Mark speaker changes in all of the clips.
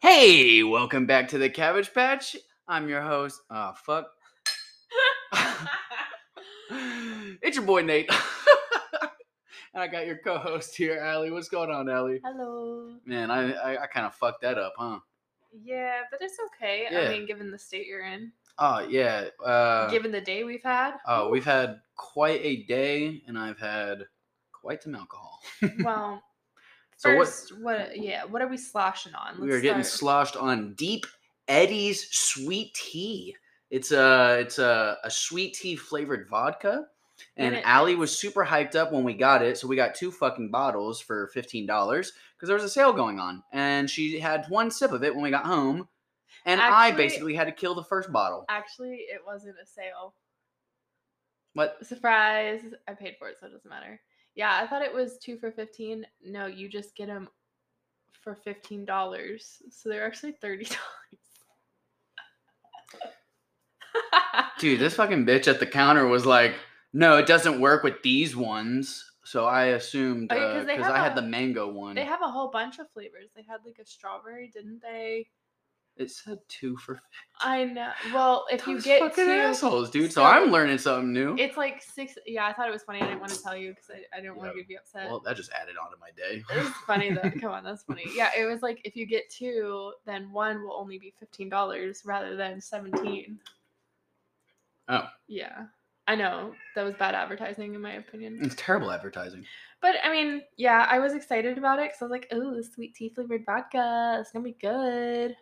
Speaker 1: Hey, welcome back to the Cabbage Patch. I'm your host. Oh fuck. it's your boy Nate. and I got your co-host here, Allie. What's going on, Allie?
Speaker 2: Hello.
Speaker 1: Man, I I, I kind of fucked that up, huh?
Speaker 2: Yeah, but it's okay.
Speaker 1: Yeah.
Speaker 2: I mean, given the state you're in,
Speaker 1: Oh yeah. Uh,
Speaker 2: given the day we've had.
Speaker 1: oh, we've had quite a day, and I've had quite some alcohol.
Speaker 2: well,
Speaker 1: So what-
Speaker 2: first, what, Yeah, what are we sloshing on?
Speaker 1: we are getting
Speaker 2: start-
Speaker 1: sloshed on deep Eddie's sweet tea. It's a it's a, a sweet tea flavored vodka. And
Speaker 2: Right.
Speaker 1: Allie was super hyped up when we got it, so we got two fucking bottles for fifteen dollars because there was a sale going on, and she had one sip of it when we got home, and I
Speaker 2: Actually-
Speaker 1: basically had to kill the first bottle.
Speaker 2: Actually, it wasn't a sale.
Speaker 1: What?
Speaker 2: Surprise! I paid for it, so it doesn't matter. Yeah, I thought it was two for fifteen. No, you just get them for fifteen dollars. So they're actually thirty dollars.
Speaker 1: Dude, this fucking bitch at the counter was like, "No, it doesn't work with these ones." So I assumed
Speaker 2: Oh, yeah, 'cause they
Speaker 1: because
Speaker 2: have
Speaker 1: I had
Speaker 2: a-
Speaker 1: the mango one.
Speaker 2: They have a whole bunch of flavors. They had like a strawberry, didn't they?
Speaker 1: it said two for
Speaker 2: I know. Well, if you
Speaker 1: Those
Speaker 2: get
Speaker 1: fucking
Speaker 2: to,
Speaker 1: assholes, dude. So,
Speaker 2: so-
Speaker 1: I'm learning something new.
Speaker 2: it's like six. Yeah, I thought it was funny. I didn't want to tell you because I, I didn't want
Speaker 1: Yeah.
Speaker 2: you to be upset.
Speaker 1: well, that just added on to my day.
Speaker 2: it was funny though. Come on, that's funny. Yeah, it was like if you get two, then one will only be fifteen dollars rather than seventeen.
Speaker 1: Oh.
Speaker 2: Yeah, I know that was bad advertising in my opinion.
Speaker 1: It's terrible advertising.
Speaker 2: But I mean, yeah, I was excited about it because I was like, "Oh, this sweet tea flavored vodka, it's gonna be good."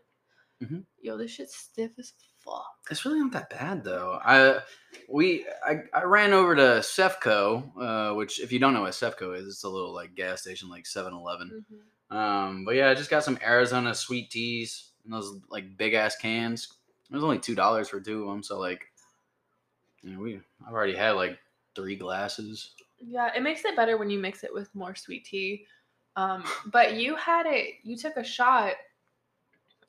Speaker 1: Mhm.
Speaker 2: Yo, this shit's stiff as fuck.
Speaker 1: It's really not that bad though. I we I, I ran over to Sefco, uh, which if you don't know what Sefco is, it's a little like gas station like 7-Eleven.
Speaker 2: Mm-hmm. Mm.
Speaker 1: Um, but yeah, I just got some Arizona sweet teas and those like big ass cans. It was only two dollars for two of them, so like, you know, we I've already had like three glasses.
Speaker 2: Yeah, it makes it better when you mix it with more sweet tea. Um, but you had it, you took a shot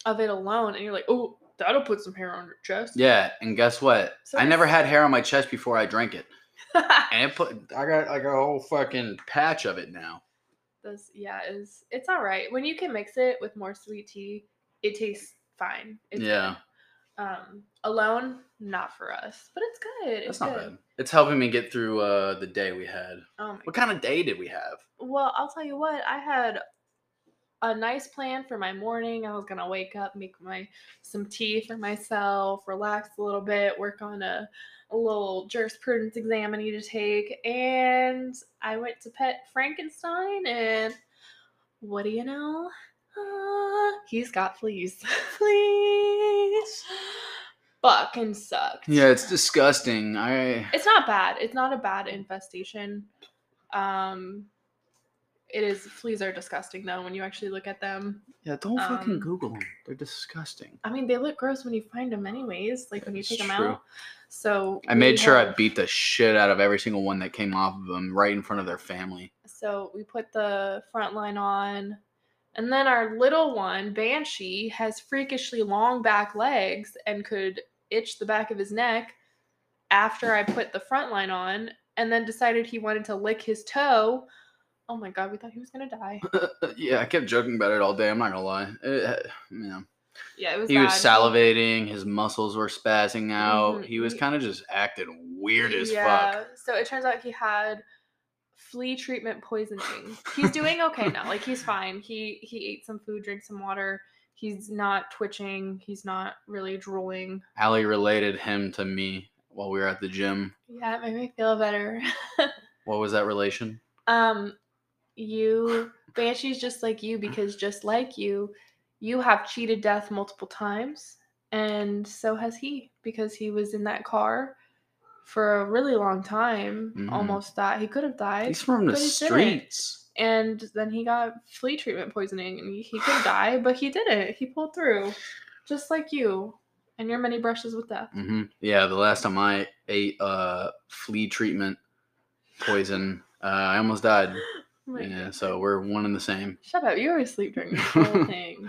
Speaker 2: of it alone, and you're like, "Oh, that'll put some hair on your chest."
Speaker 1: Yeah, and guess what?
Speaker 2: So
Speaker 1: I never
Speaker 2: it's-
Speaker 1: had hair on my chest before I drank it. and it put I got like a whole fucking patch of it now.
Speaker 2: this, yeah, is it's all right when you can mix it with more sweet tea. It tastes fine. It's
Speaker 1: yeah,
Speaker 2: good. Um, alone, not for us, but it's good.
Speaker 1: that's
Speaker 2: It's
Speaker 1: not
Speaker 2: good.
Speaker 1: bad. It's helping me get through uh, the day we had.
Speaker 2: Oh my
Speaker 1: What kind of day did we have?
Speaker 2: Well, I'll tell you what, I had a nice plan for my morning. I was gonna wake up, make my some tea for myself, relax a little bit, work on a, a little jurisprudence exam I need to take, and I went to pet Frankenstein and what do you know? Ah, he's got fleas. fleas. Fucking sucked.
Speaker 1: Yeah, it's disgusting. I
Speaker 2: It's not bad. It's not a bad infestation. Um, it is fleas are disgusting though when you actually look at them.
Speaker 1: yeah, don't fucking
Speaker 2: Um,
Speaker 1: Google them. They're disgusting.
Speaker 2: I mean, they look gross when you find them, anyways. Like when you
Speaker 1: It's
Speaker 2: take them
Speaker 1: true.
Speaker 2: out. So
Speaker 1: I made
Speaker 2: we
Speaker 1: sure I
Speaker 2: have-
Speaker 1: beat the shit out of every single one that came off of them right in front of their family.
Speaker 2: So we put the front line on, and then our little one Banshee has freakishly long back legs and could itch the back of his neck after I put the front line on, and then decided he wanted to lick his toe. Oh my god, we thought he was gonna die.
Speaker 1: yeah, I kept joking about it all day. I'm not gonna lie. Eh, It- yeah,
Speaker 2: Yeah, it was.
Speaker 1: he was
Speaker 2: bad.
Speaker 1: salivating. His muscles were spazzing out.
Speaker 2: Mhm,
Speaker 1: He was
Speaker 2: he-
Speaker 1: kind of just acting weird as fuck.
Speaker 2: So it turns out he had flea treatment poisoning. He's doing okay now. Like he's fine. He he ate some food, drank some water. He's not twitching. He's not really drooling.
Speaker 1: Allie related him to me while we were at the gym.
Speaker 2: Yeah, it made me feel better.
Speaker 1: What was that relation?
Speaker 2: Um, you Banshee's just like you because just like you, you have cheated death multiple times, and so has he because he was in that car for a really long time.
Speaker 1: Mhm.
Speaker 2: Almost died. He could have died.
Speaker 1: He's from the
Speaker 2: but he didn't.
Speaker 1: streets.
Speaker 2: and then he got flea treatment poisoning and he, he could die but he didn't he pulled through just like you and your many brushes with death
Speaker 1: hmm Yeah, the last time I ate uh, flea treatment poison, uh, I almost died.
Speaker 2: Oh my
Speaker 1: Yeah,
Speaker 2: God.
Speaker 1: so we're one and the same.
Speaker 2: shut up you were asleep during this whole thing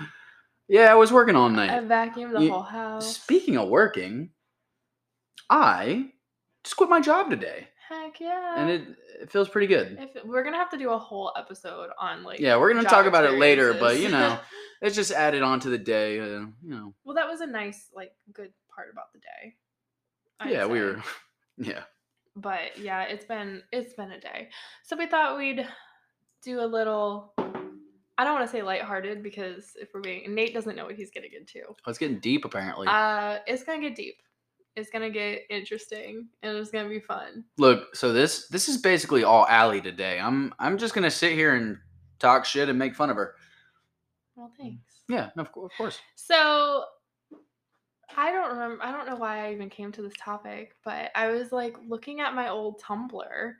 Speaker 1: Yeah, I was working all
Speaker 2: i
Speaker 1: night.
Speaker 2: vacuumed the
Speaker 1: You-
Speaker 2: whole house
Speaker 1: Speaking of working, I just quit my job today.
Speaker 2: Heck yeah.
Speaker 1: and it, it feels pretty good.
Speaker 2: If we're gonna have to do a whole episode on like
Speaker 1: Yeah, we're gonna
Speaker 2: job
Speaker 1: talk about it later, but you
Speaker 2: experiences.
Speaker 1: know, it's just added on to the day. Uh, you know,
Speaker 2: well, that was a nice like good part about the day. I'd
Speaker 1: yeah, we
Speaker 2: say.
Speaker 1: were, yeah,
Speaker 2: But yeah, it's been it's been a day. So we thought we'd do a little. I don't want to say lighthearted because if we're being Nate doesn't know what he's getting into.
Speaker 1: Oh, it's getting deep apparently.
Speaker 2: Uh, it's gonna get deep. It's gonna get interesting, and it's gonna be fun.
Speaker 1: Look, so this this is basically all Allie today. I'm I'm just gonna sit here and talk shit and make fun of her.
Speaker 2: Well, thanks.
Speaker 1: Yeah, no, of, cour- of course.
Speaker 2: So I don't remember I don't know why I even came to this topic, but I was like looking at my old Tumblr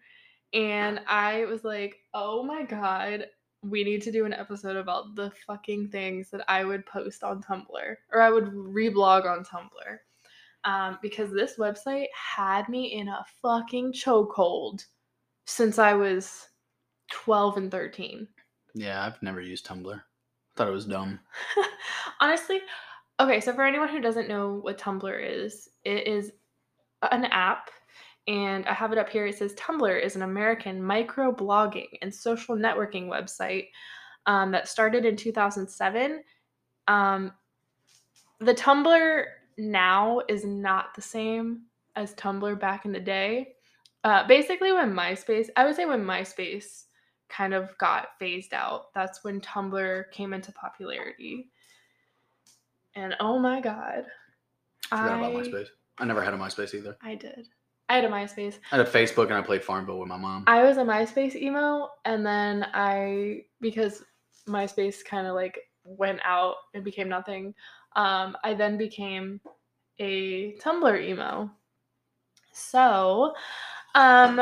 Speaker 2: and I was like, "Oh my god, we need to do an episode about the fucking things that I would post on Tumblr or I would reblog on Tumblr." Um, because this website had me in a fucking chokehold since I was 12 and 13.
Speaker 1: Yeah, I've never used Tumblr. Thought it was dumb.
Speaker 2: Honestly, okay, so for anyone who doesn't know what Tumblr is, it is an app, and I have it up here. It says Tumblr is an American micro blogging and social networking website um, that started in 2007. Um, the Tumblr now is not the same as Tumblr back in the day. Uh, basically, when MySpace, I would say when MySpace kind of got phased out, that's when Tumblr came into popularity. And oh my god,
Speaker 1: Forgot about
Speaker 2: I-
Speaker 1: MySpace. I never had a MySpace either.
Speaker 2: I did. I had a MySpace.
Speaker 1: I had a Facebook and I played Farmville with my mom.
Speaker 2: I was a MySpace emo, and then I because MySpace kind of like went out and became nothing. Um, I then became a Tumblr emo. So, um,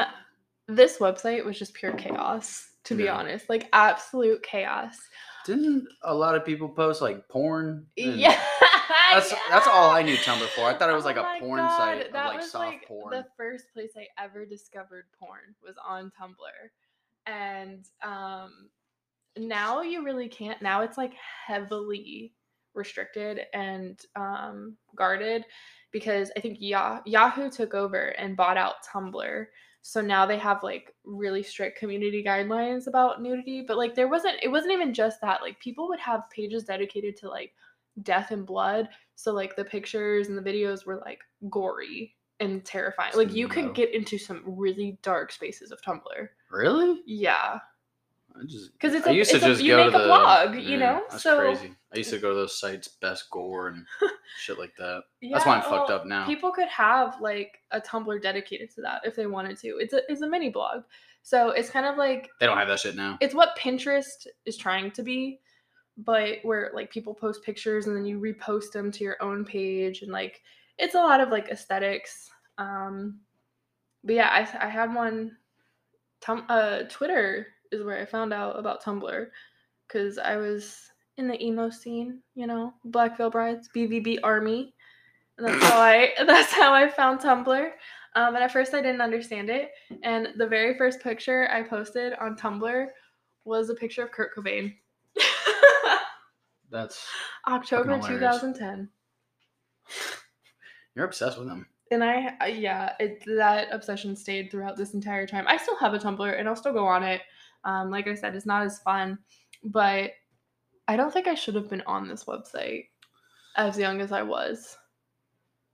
Speaker 2: this website was just pure chaos, to be
Speaker 1: Yeah.
Speaker 2: honest, like absolute chaos.
Speaker 1: Didn't a lot of people post like porn? and-
Speaker 2: Yeah.
Speaker 1: That's that's all I
Speaker 2: yeah.
Speaker 1: knew Tumblr for. I thought it was like
Speaker 2: Oh my
Speaker 1: a porn
Speaker 2: God,
Speaker 1: site of
Speaker 2: that
Speaker 1: like
Speaker 2: was,
Speaker 1: soft
Speaker 2: like,
Speaker 1: porn.
Speaker 2: The first place I ever discovered porn was on Tumblr. And um now you really can't now it's like heavily restricted and um guarded because I think Yah- Yahoo took over and bought out Tumblr. So now they have like really strict community guidelines about nudity, but like there wasn't it wasn't even just that. Like people would have pages dedicated to like death and blood. So like the pictures and the videos were like gory and terrifying. Like you
Speaker 1: No.
Speaker 2: could get into some really dark spaces of Tumblr.
Speaker 1: really?
Speaker 2: Yeah.
Speaker 1: I just
Speaker 2: 'Cause it's
Speaker 1: I
Speaker 2: a-
Speaker 1: used
Speaker 2: it's
Speaker 1: to
Speaker 2: a-
Speaker 1: just
Speaker 2: you
Speaker 1: go
Speaker 2: make
Speaker 1: to
Speaker 2: a
Speaker 1: the,
Speaker 2: blog, you
Speaker 1: Yeah,
Speaker 2: know?
Speaker 1: That's
Speaker 2: So-
Speaker 1: crazy. I used to go to those sites, best gore and shit like that.
Speaker 2: yeah
Speaker 1: That's why I'm
Speaker 2: well,
Speaker 1: fucked up now.
Speaker 2: People could have like a Tumblr dedicated to that if they wanted to. It's a it's a mini blog. So it's kind of like
Speaker 1: they don't have that shit now.
Speaker 2: it's what Pinterest is trying to be, but where like people post pictures and then you repost them to your own page and like it's a lot of like aesthetics. Um but yeah, I I had one Tum- uh Twitter is where I found out about Tumblr cuz I was in the emo scene, you know, Black Veil Brides, BVB Army. And that's how I that's how I found Tumblr. Um, and at first I didn't understand it. And the very first picture I posted on Tumblr was a picture of Kurt Cobain.
Speaker 1: That's
Speaker 2: October
Speaker 1: hilarious.
Speaker 2: 2010.
Speaker 1: you're obsessed with them.
Speaker 2: And I, I- yeah, it, that obsession stayed throughout this entire time. I still have a Tumblr and I'll still go on it. Um, like I said, it's not as fun, but I don't think I should have been on this website as young as I was.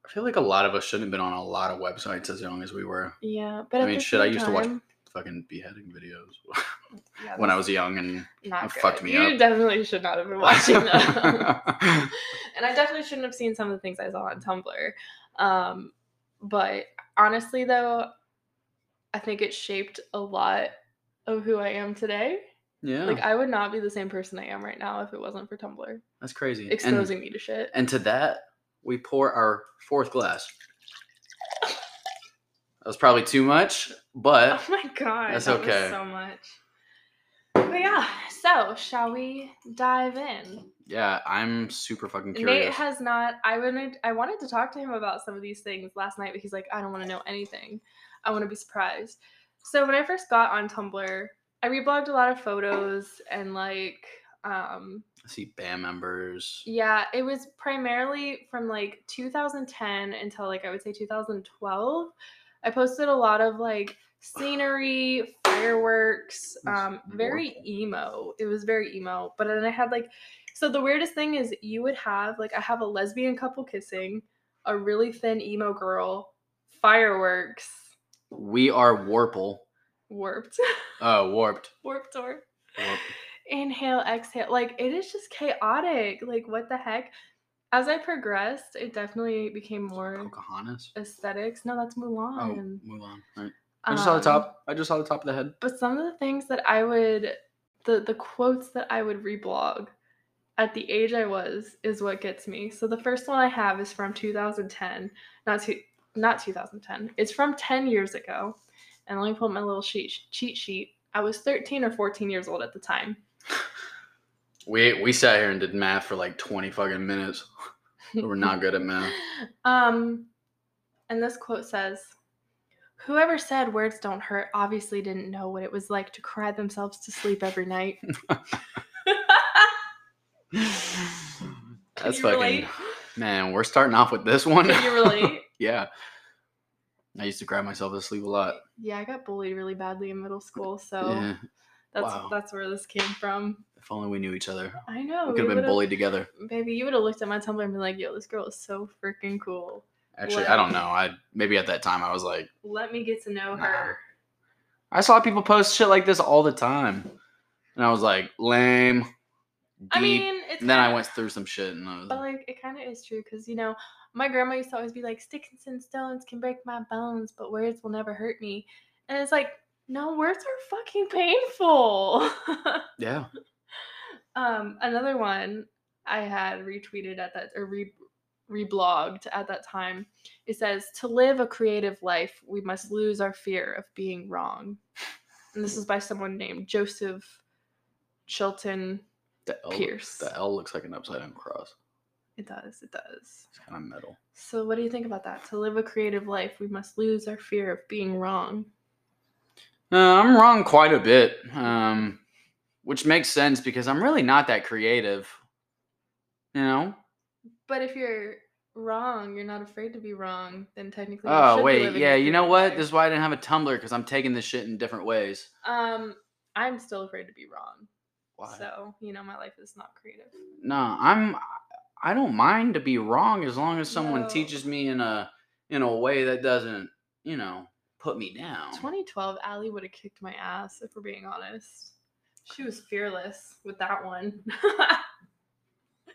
Speaker 1: I feel like a lot of us shouldn't have been on a lot of websites as young as we were.
Speaker 2: Yeah, but
Speaker 1: I
Speaker 2: at
Speaker 1: mean,
Speaker 2: the
Speaker 1: shit, I
Speaker 2: same
Speaker 1: used to watch
Speaker 2: time-
Speaker 1: Fucking beheading videos
Speaker 2: Yeah,
Speaker 1: when I
Speaker 2: that's
Speaker 1: was young and
Speaker 2: not
Speaker 1: it
Speaker 2: good.
Speaker 1: fucked me
Speaker 2: You
Speaker 1: up.
Speaker 2: definitely should not have been watching them. and I definitely shouldn't have seen some of the things I saw on Tumblr. Um, but honestly, though, I think it shaped a lot of who I am today.
Speaker 1: yeah,
Speaker 2: Like, I would not be the same person I am right now if it wasn't for Tumblr
Speaker 1: that's crazy. And-
Speaker 2: exposing me to shit.
Speaker 1: And to that, we pour our fourth glass. That was probably too much, but
Speaker 2: oh my god,
Speaker 1: that's
Speaker 2: that was
Speaker 1: okay.
Speaker 2: so much. But yeah, so shall we dive in?
Speaker 1: yeah, I'm super fucking
Speaker 2: Nate
Speaker 1: curious.
Speaker 2: has not. I wanted. I wanted to talk to him about some of these things last night, but he's like, I don't want to know anything. I want to be surprised. So when I first got on Tumblr, I reblogged a lot of photos and like, um,
Speaker 1: I see band members.
Speaker 2: yeah, it was primarily from like 2010 until like I would say 2012. I posted a lot of like scenery, fireworks,
Speaker 1: That's
Speaker 2: um, very emo. It was very emo. But then I had like, so the weirdest thing is you would have like, I have a lesbian couple kissing, a really thin emo girl, fireworks,
Speaker 1: We are Warple.
Speaker 2: warped,
Speaker 1: Oh, warped.
Speaker 2: warped or
Speaker 1: Warp.
Speaker 2: inhale, exhale. Like it is just chaotic. Like what the heck? As I progressed, it definitely became more
Speaker 1: Pocahontas.
Speaker 2: aesthetics. No, that's
Speaker 1: Oh,
Speaker 2: Mulan.
Speaker 1: move on. All right. I just saw the
Speaker 2: Um,
Speaker 1: top. I just saw the top of the head.
Speaker 2: but some of the things that I would the the quotes that I would reblog at the age I was is what gets me. So the first one I have is from 2010, not two, not 2010. It's from 10 years ago. And let me pull up my little sheet cheat sheet. I was 13 or 14 years old at the time.
Speaker 1: We we sat here and did math for like twenty fucking minutes. We're not good at math.
Speaker 2: Um, and this quote says, "Whoever said words don't hurt obviously didn't know what it was like to cry themselves to sleep every night."
Speaker 1: That's
Speaker 2: you
Speaker 1: fucking
Speaker 2: relate?
Speaker 1: man. We're starting off with this one.
Speaker 2: Can you relate?
Speaker 1: yeah. I used to cry myself to sleep a lot.
Speaker 2: yeah, I got bullied really badly in middle school, so
Speaker 1: Yeah.
Speaker 2: that's
Speaker 1: wow.
Speaker 2: that's where this came from.
Speaker 1: If only we knew each other.
Speaker 2: I know.
Speaker 1: We could have been
Speaker 2: Oh, would've-
Speaker 1: bullied together.
Speaker 2: Baby, you would have looked at my Tumblr and been like, "Yo, this girl is so freaking cool.
Speaker 1: Actually,
Speaker 2: What?
Speaker 1: I don't know. I maybe at that time I was like,
Speaker 2: Let me get to know
Speaker 1: Nah.
Speaker 2: her."
Speaker 1: I saw people post shit like this all the time, and I was like, lame. Deep.
Speaker 2: I mean, it's
Speaker 1: and then I
Speaker 2: kinda-
Speaker 1: went through some shit, and I was
Speaker 2: But
Speaker 1: like,
Speaker 2: like, it kind of is true because you know, my grandma used to always be like, "Sticks and stones can break my bones, but words will never hurt me." And it's like, no, words are fucking painful.
Speaker 1: yeah,
Speaker 2: um, another one I had retweeted at that or re- reblogged at that time. It says, "To live a creative life, we must lose our fear of being wrong." And this is by someone named Joseph Chilton
Speaker 1: the L,
Speaker 2: Pierce.
Speaker 1: The L looks like an upside down cross.
Speaker 2: It does. It does.
Speaker 1: It's kind of metal.
Speaker 2: So, what do you think about that? To live a creative life, we must lose our fear of being wrong.
Speaker 1: Uh, I'm wrong quite a bit, um, which makes sense because I'm really not that creative. You know?
Speaker 2: But if you're wrong, you're not afraid to be wrong, then technically. you should
Speaker 1: Oh
Speaker 2: be
Speaker 1: wait,
Speaker 2: living
Speaker 1: yeah.
Speaker 2: your
Speaker 1: You know
Speaker 2: creative
Speaker 1: what?
Speaker 2: life.
Speaker 1: This is why I didn't have a Tumblr because I'm taking this shit in different ways.
Speaker 2: Um, I'm still afraid to be wrong.
Speaker 1: Why?
Speaker 2: So, you know, my life is not creative.
Speaker 1: No, I'm. I don't mind to be wrong as long as someone
Speaker 2: No.
Speaker 1: teaches me in a in a way that doesn't, you know, put me down.
Speaker 2: 2012, Allie would have kicked my ass, if we're being honest. She was fearless with that one.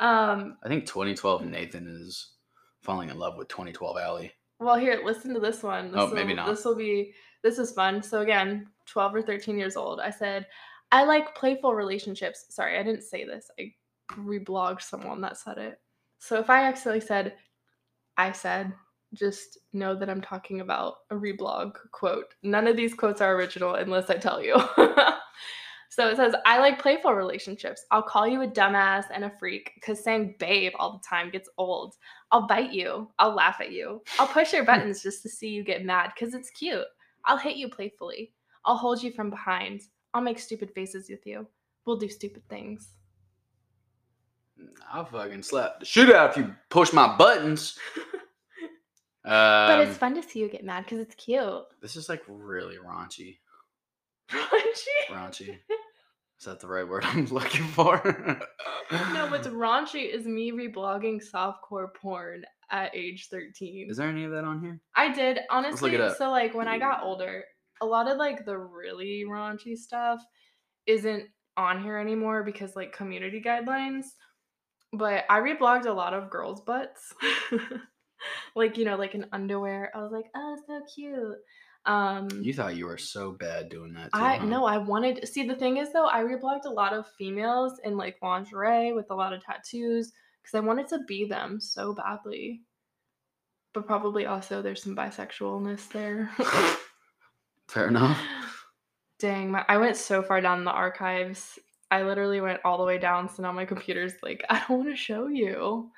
Speaker 2: um,
Speaker 1: I think 2012 Nathan is falling in love with 2012 Allie.
Speaker 2: Well, here, listen to this one. This
Speaker 1: Oh, maybe
Speaker 2: will-
Speaker 1: not.
Speaker 2: This will be this is fun. So again, 12 or 13 years old. I said, I like playful relationships. Sorry, I didn't say this. I reblogged someone that said it. So if I accidentally said, I said, just know that I'm talking about a reblog quote. None of these quotes are original unless I tell you. so it says, I like playful relationships. I'll call you a dumbass and a freak because saying babe all the time gets old. I'll bite you. I'll laugh at you. I'll push your buttons just to see you get mad because it's cute. I'll hit you playfully. I'll hold you from behind. I'll make stupid faces with you. We'll do stupid things.
Speaker 1: I fucking slap the shit out if you push my buttons. um,
Speaker 2: but it's fun to see you get mad because it's cute.
Speaker 1: this is like really raunchy.
Speaker 2: Raunchy?
Speaker 1: Raunchy. is that the right word I'm looking for?
Speaker 2: No, what's raunchy is me reblogging softcore porn at age 13.
Speaker 1: Is there any of that on here?
Speaker 2: I did honestly.
Speaker 1: it up.
Speaker 2: So like when I got older, a lot of like the really raunchy stuff isn't on here anymore because like community guidelines. But I reblogged a lot of girls' butts, like you know, like an underwear. I was like, oh, so cute. Um,
Speaker 1: You thought you were so bad doing that. Too,
Speaker 2: I
Speaker 1: huh?
Speaker 2: no, I wanted. See, the thing is though, I reblogged a lot of females in like lingerie with a lot of tattoos because I wanted to be them so badly. But probably also there's some bisexualness there.
Speaker 1: Fair enough.
Speaker 2: Dang, my, I went so far down the archives. I literally went all the way down, so now my computer's like, I don't want to show you.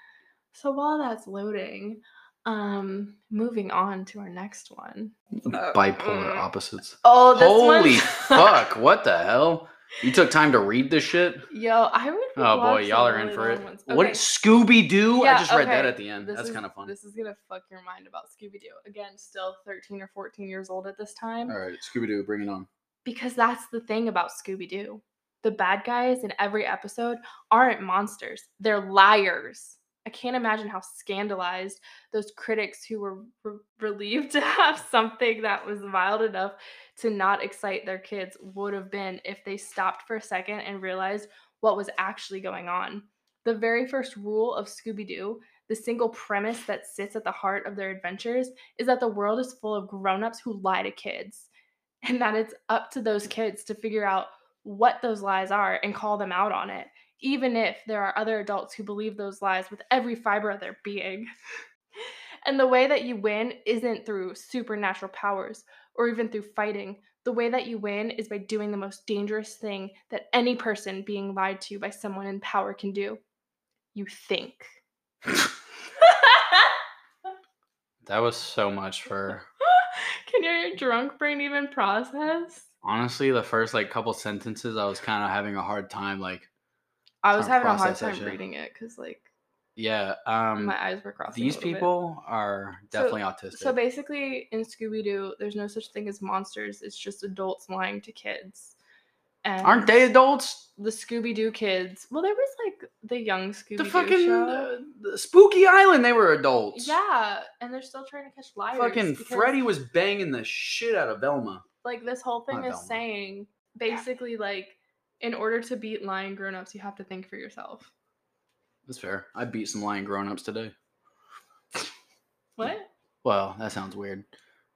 Speaker 2: So while that's loading, um, moving on to our next one.
Speaker 1: Bipolar
Speaker 2: mm.
Speaker 1: opposites.
Speaker 2: Oh,
Speaker 1: Holy fuck! What the hell? You took time to read this shit?
Speaker 2: Yo, I would.
Speaker 1: Oh boy,
Speaker 2: watch
Speaker 1: y'all
Speaker 2: some
Speaker 1: are in
Speaker 2: really
Speaker 1: for it.
Speaker 2: long ones.
Speaker 1: What
Speaker 2: Okay,
Speaker 1: Scooby Doo?
Speaker 2: Yeah,
Speaker 1: I just read that
Speaker 2: okay.
Speaker 1: at the end.
Speaker 2: this
Speaker 1: That's
Speaker 2: is-
Speaker 1: kind of fun.
Speaker 2: This is gonna fuck your mind about Scooby Doo. Again, still 13 or 14 years old at this time.
Speaker 1: All right, Scooby Doo, bring it on.
Speaker 2: Because that's the thing about Scooby Doo. The bad guys in every episode aren't monsters, they're liars. I can't imagine how scandalized those critics who were re- relieved to have something that was mild enough to not excite their kids would have been if they stopped for a second and realized what was actually going on. The very first rule of Scooby Doo, the single premise that sits at the heart of their adventures, is that the world is full of grown ups who lie to kids and that it's up to those kids to figure out what those lies are and call them out on it, even if there are other adults who believe those lies with every fiber of their being. and the way that you win isn't through supernatural powers or even through fighting. The way that you win is by doing the most dangerous thing that any person being lied to by someone in power can do. You think.
Speaker 1: That was so much for
Speaker 2: can your drunk brain even process?
Speaker 1: honestly the first like couple sentences. I was kind of having a hard time. Like,
Speaker 2: I was
Speaker 1: Trying to
Speaker 2: having a hard
Speaker 1: process that
Speaker 2: time
Speaker 1: shit.
Speaker 2: reading it because, like,
Speaker 1: yeah, um,
Speaker 2: my eyes were crossing. a
Speaker 1: these
Speaker 2: little bit.
Speaker 1: people are
Speaker 2: So-
Speaker 1: definitely autistic.
Speaker 2: So basically, in Scooby Doo, there's no such thing as monsters. It's just adults lying to kids. And
Speaker 1: Aren't they adults?
Speaker 2: The Scooby Doo kids. Well, there was like the young Scooby Doo
Speaker 1: The fucking
Speaker 2: show.
Speaker 1: uh, the Spooky Island, they were adults.
Speaker 2: Yeah, and they're still trying to catch liars.
Speaker 1: Fucking
Speaker 2: because,
Speaker 1: Freddy was banging the shit out of Velma.
Speaker 2: Like this whole thing
Speaker 1: Not
Speaker 2: is
Speaker 1: Velma.
Speaker 2: saying basically like, in order to beat lying grown-ups, you have to think for yourself.
Speaker 1: Hmm. That's fair. I beat some lying grown ups today.
Speaker 2: What?
Speaker 1: Well, that sounds weird.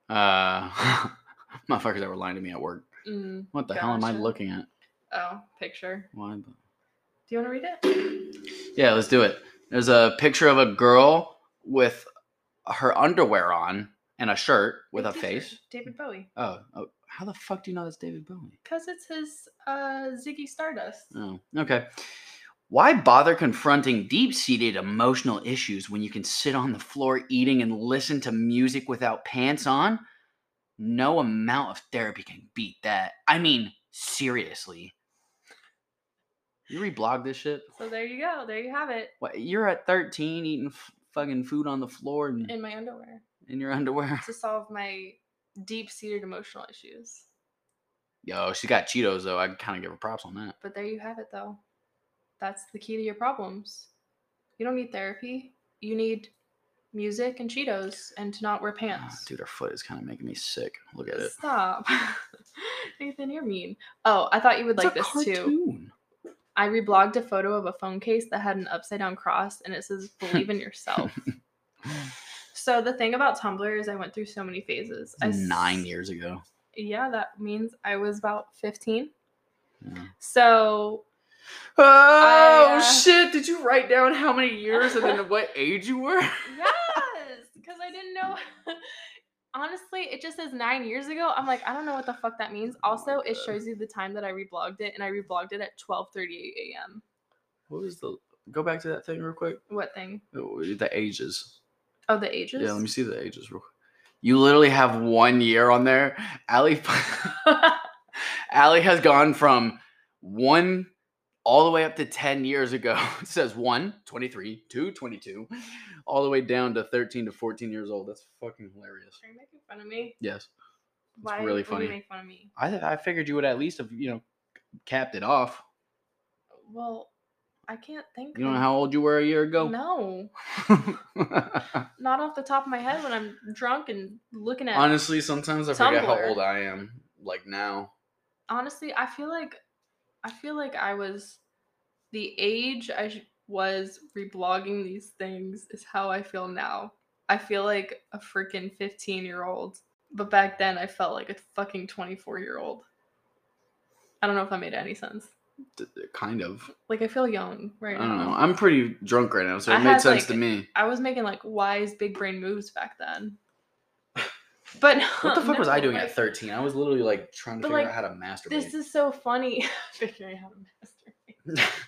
Speaker 1: Uh, motherfuckers that were lying to me at work.
Speaker 2: Mm,
Speaker 1: What the hell am I
Speaker 2: Gotcha.
Speaker 1: looking at?
Speaker 2: oh, picture.
Speaker 1: Why? the-
Speaker 2: Do you want to read it?
Speaker 1: Yeah, let's do it. There's a picture of a girl with her underwear on and a shirt with a
Speaker 2: Big picture.
Speaker 1: face.
Speaker 2: David Bowie.
Speaker 1: Oh, oh, how the fuck do you know that's David Bowie?
Speaker 2: Because it's his uh, Ziggy Stardust.
Speaker 1: Oh, okay. Why bother confronting deep seated emotional issues when you can sit on the floor eating and listen to music without pants on? No amount of therapy can beat that. I mean, seriously. You reblog this shit?
Speaker 2: So there you go. There you have it
Speaker 1: What, you're at 13 eating f- fucking food on the floor and
Speaker 2: in my underwear
Speaker 1: in your underwear.
Speaker 2: to solve my deep seated emotional issues.
Speaker 1: Yo, she got Cheetos though. I kind of give her props on that.
Speaker 2: But there you have it, though. That's the key to your problems. You don't need therapy, you need music and Cheetos and to not wear
Speaker 1: Ah,
Speaker 2: pants.
Speaker 1: Dude, her foot is kind of making me sick. Look at it.
Speaker 2: Stop. Nathan, you're mean. Oh, I thought you would like
Speaker 1: it's
Speaker 2: this
Speaker 1: a
Speaker 2: too.
Speaker 1: cartoon.
Speaker 2: I reblogged a photo of a phone case that had an upside down cross and it says believe in yourself. so the thing about Tumblr is I went through so many phases. I s-
Speaker 1: Nine years ago.
Speaker 2: Yeah, that means I was about 15.
Speaker 1: Yeah.
Speaker 2: So
Speaker 1: Oh
Speaker 2: uh,
Speaker 1: shit! Did you write down how many years and then what age you were?
Speaker 2: yes, because I didn't know. Honestly, it just says nine years ago. I'm like, I don't know what the fuck that means.
Speaker 1: Oh my
Speaker 2: Also, it
Speaker 1: God.
Speaker 2: shows you the time that I reblogged it, and I reblogged it at 12:38 a.m.
Speaker 1: What was the? Go back to that thing real quick.
Speaker 2: What thing?
Speaker 1: Oh, The ages.
Speaker 2: Oh, the ages.
Speaker 1: Yeah, let me see the ages real quick. You literally have one year on there. Allie, Allie has gone from one all the way up to 10 years ago. It says 1, 23, 2, 22, all the way down to 13 to 14 years old. That's fucking hilarious.
Speaker 2: Are you making fun of me?
Speaker 1: Yes.
Speaker 2: Why
Speaker 1: really
Speaker 2: would
Speaker 1: funny.
Speaker 2: you make fun of me?
Speaker 1: I, I figured you would at least have, you know, capped it off.
Speaker 2: Well, I can't think.
Speaker 1: You don't
Speaker 2: of-
Speaker 1: know how old you were a year ago?
Speaker 2: Mm. No, not off the top of my head when I'm drunk and looking at.
Speaker 1: Honestly, sometimes I forget how
Speaker 2: Tumblr.
Speaker 1: old I am, like now.
Speaker 2: honestly, I feel like I feel like I was the age I sh- was reblogging these things is how I feel now. I feel like a freaking 15 year old, but back then I felt like a fucking 24 year old. I don't know if that made any sense.
Speaker 1: D- d- kind of.
Speaker 2: Like I feel young
Speaker 1: I
Speaker 2: right
Speaker 1: don't
Speaker 2: now.
Speaker 1: know. I'm pretty drunk right now, so it
Speaker 2: I
Speaker 1: made
Speaker 2: had,
Speaker 1: sense
Speaker 2: like,
Speaker 1: to me.
Speaker 2: I was making like wise big brain moves back then. But
Speaker 1: What the fuck was I
Speaker 2: no,
Speaker 1: doing
Speaker 2: like-
Speaker 1: at 13? I was literally like trying to
Speaker 2: But,
Speaker 1: figure out
Speaker 2: like,
Speaker 1: how to masturbate.
Speaker 2: This is so funny. Figuring out how to masturbate.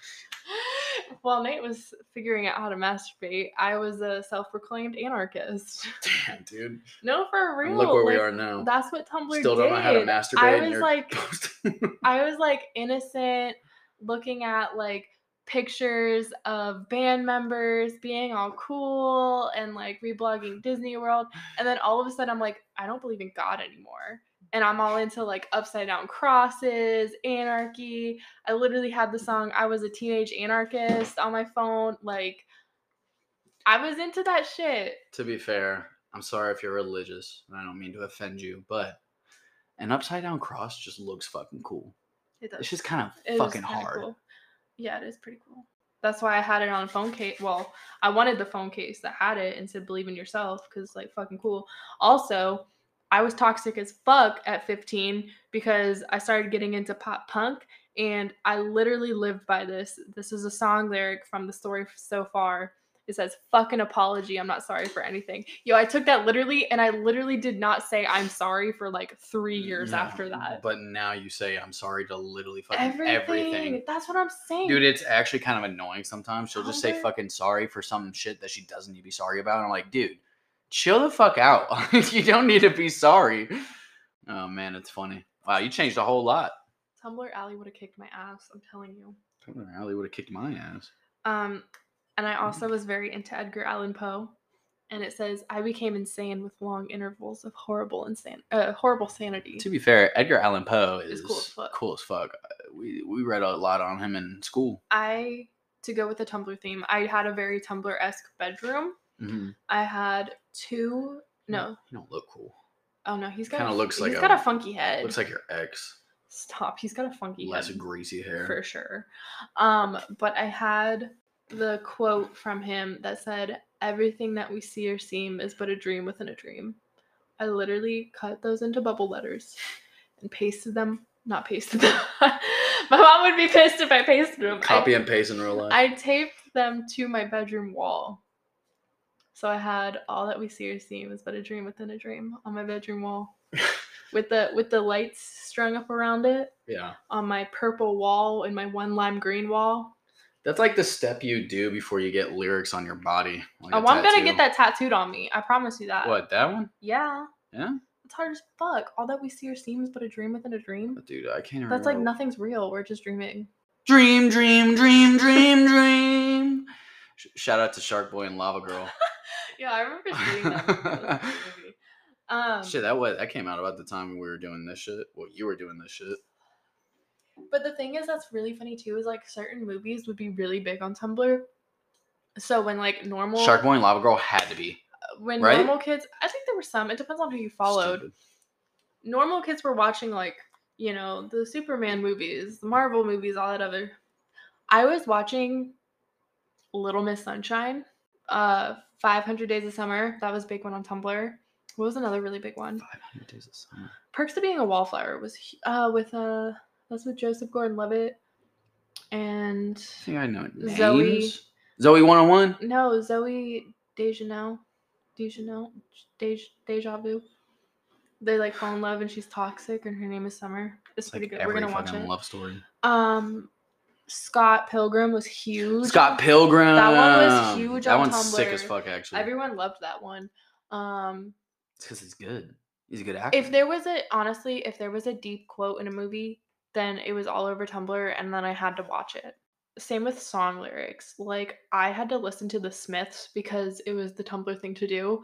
Speaker 2: While Nate was figuring out how to masturbate, I was a self-proclaimed anarchist.
Speaker 1: Damn, dude.
Speaker 2: No, for real.
Speaker 1: And look where we
Speaker 2: like,
Speaker 1: are now.
Speaker 2: That's what Tumblr
Speaker 1: Still
Speaker 2: did.
Speaker 1: don't know how to masturbate.
Speaker 2: I
Speaker 1: and
Speaker 2: was
Speaker 1: you're
Speaker 2: like-
Speaker 1: posting-
Speaker 2: I was like innocent, looking at like pictures of band members being all cool and like reblogging Disney World. And then all of a sudden, I'm like, I don't believe in God anymore. And I'm all into like upside down crosses, anarchy. I literally had the song I Was a Teenage Anarchist on my phone. Like, I was into that shit.
Speaker 1: to be fair, I'm sorry if you're religious, and I don't mean to offend you, but an upside down cross just looks fucking cool.
Speaker 2: It does.
Speaker 1: It's just kind of
Speaker 2: It is
Speaker 1: fucking
Speaker 2: kinda
Speaker 1: hard.
Speaker 2: cool. Yeah, it is pretty cool. That's why I had it on a phone case. Well, I wanted the phone case that had it and said "Believe in yourself" because like fucking cool. Also, I was toxic as fuck at 15 because I started getting into pop punk and I literally lived by this. This is a song lyric from the story so far. It says "fucking apology." I'm not sorry for anything. Yo, I took that literally, and I literally did not say I'm sorry for like three years
Speaker 1: No,
Speaker 2: after that.
Speaker 1: But now you say I'm sorry to literally fucking everything.
Speaker 2: That's what I'm saying.
Speaker 1: Dude, it's actually kind of annoying sometimes. She'll just say
Speaker 2: Tumblr-
Speaker 1: fucking sorry for some shit that she doesn't need to be sorry about. And I'm like, dude, chill the fuck out. you don't need to be sorry. Oh man, it's funny. Wow, you changed a whole lot.
Speaker 2: Tumblr Alley would have kicked my ass, I'm telling you.
Speaker 1: Tumblr Alley would have kicked my ass.
Speaker 2: Um, and I also was very into Edgar Allan Poe. And it says, I became insane with long intervals of horrible insan- uh, horrible sanity.
Speaker 1: To be fair, Edgar Allan Poe
Speaker 2: It's
Speaker 1: is
Speaker 2: cool as fuck.
Speaker 1: cool as fuck. We we read a lot on him in school.
Speaker 2: I, to go with the Tumblr theme, I had a very Tumblr esque bedroom.
Speaker 1: Mm-hmm.
Speaker 2: I had two, no,
Speaker 1: you don't look cool.
Speaker 2: oh no, he's got
Speaker 1: Kinda
Speaker 2: a,
Speaker 1: looks like
Speaker 2: he's
Speaker 1: a-
Speaker 2: got a funky head.
Speaker 1: Looks like your ex,
Speaker 2: Stop, he's got a funky
Speaker 1: less
Speaker 2: head.
Speaker 1: greasy hair.
Speaker 2: for sure. Um, but I had the quote from him that said, "Everything that we see or seem is but a dream within a dream." I literally cut those into bubble letters and pasted them. Not pasted them. My mom would be pissed if I pasted them.
Speaker 1: Copy
Speaker 2: I,
Speaker 1: and paste in real life.
Speaker 2: I taped them to my bedroom wall. So I had all that we see or seem is but a dream within a dream on my bedroom wall, with the with the lights strung up around it
Speaker 1: yeah,
Speaker 2: on my purple wall and my one lime green wall.
Speaker 1: that's like the step you do before you get lyrics on your body. like a
Speaker 2: Oh, I'm gonna
Speaker 1: tattoo.
Speaker 2: get that tattooed on me. I promise you that.
Speaker 1: What that one?
Speaker 2: Yeah.
Speaker 1: Yeah?
Speaker 2: It's hard as fuck. All that we see are seems but a dream within a dream.
Speaker 1: Dude, I can't.
Speaker 2: That's like
Speaker 1: remember.
Speaker 2: nothing's real. We're just dreaming.
Speaker 1: Dream, dream, dream, dream, dream. Sh- Shout out to Shark Boy and Lava Girl.
Speaker 2: Yeah, I remember seeing that. when I was a kid, maybe. Um,
Speaker 1: shit, that was that came out about the time we were doing this shit. Well, you were doing this shit.
Speaker 2: But the thing is, that's really funny too. Is like certain movies would be really big on Tumblr. So when like normal
Speaker 1: Shark Boy and Lava Girl had to be
Speaker 2: when
Speaker 1: right?
Speaker 2: normal kids, I think there were some. It depends on who you followed.
Speaker 1: Stupid.
Speaker 2: normal kids were watching like you know the superman movies the marvel movies all that other i was watching little miss sunshine uh 500 days of summer that was a big one on tumblr what was another really big one
Speaker 1: 500 Days of Summer.
Speaker 2: perks of being a wallflower was hu- uh with uh that's with joseph gordon-levitt and
Speaker 1: I think I know names.
Speaker 2: Zoe.
Speaker 1: Zoe. Zoe 101.
Speaker 2: no zoe dejanel dejanel Dej- deja vu they like fall in love and she's toxic and her name is summer it's,
Speaker 1: Like
Speaker 2: pretty good we're
Speaker 1: every
Speaker 2: gonna watch
Speaker 1: fucking
Speaker 2: it
Speaker 1: love story.
Speaker 2: Um, Scott Pilgrim was huge.
Speaker 1: Scott Pilgrim.
Speaker 2: That one was huge
Speaker 1: That
Speaker 2: on
Speaker 1: one's sick as
Speaker 2: Tumblr.
Speaker 1: fuck, actually.
Speaker 2: Everyone loved that one. Um,
Speaker 1: it's because he's good. He's a good actor.
Speaker 2: if there was a honestly, if there was a deep quote in a movie, then it was all over Tumblr, and then I had to watch it. Same with song lyrics. Like I had to listen to The Smiths because it was the Tumblr thing to do.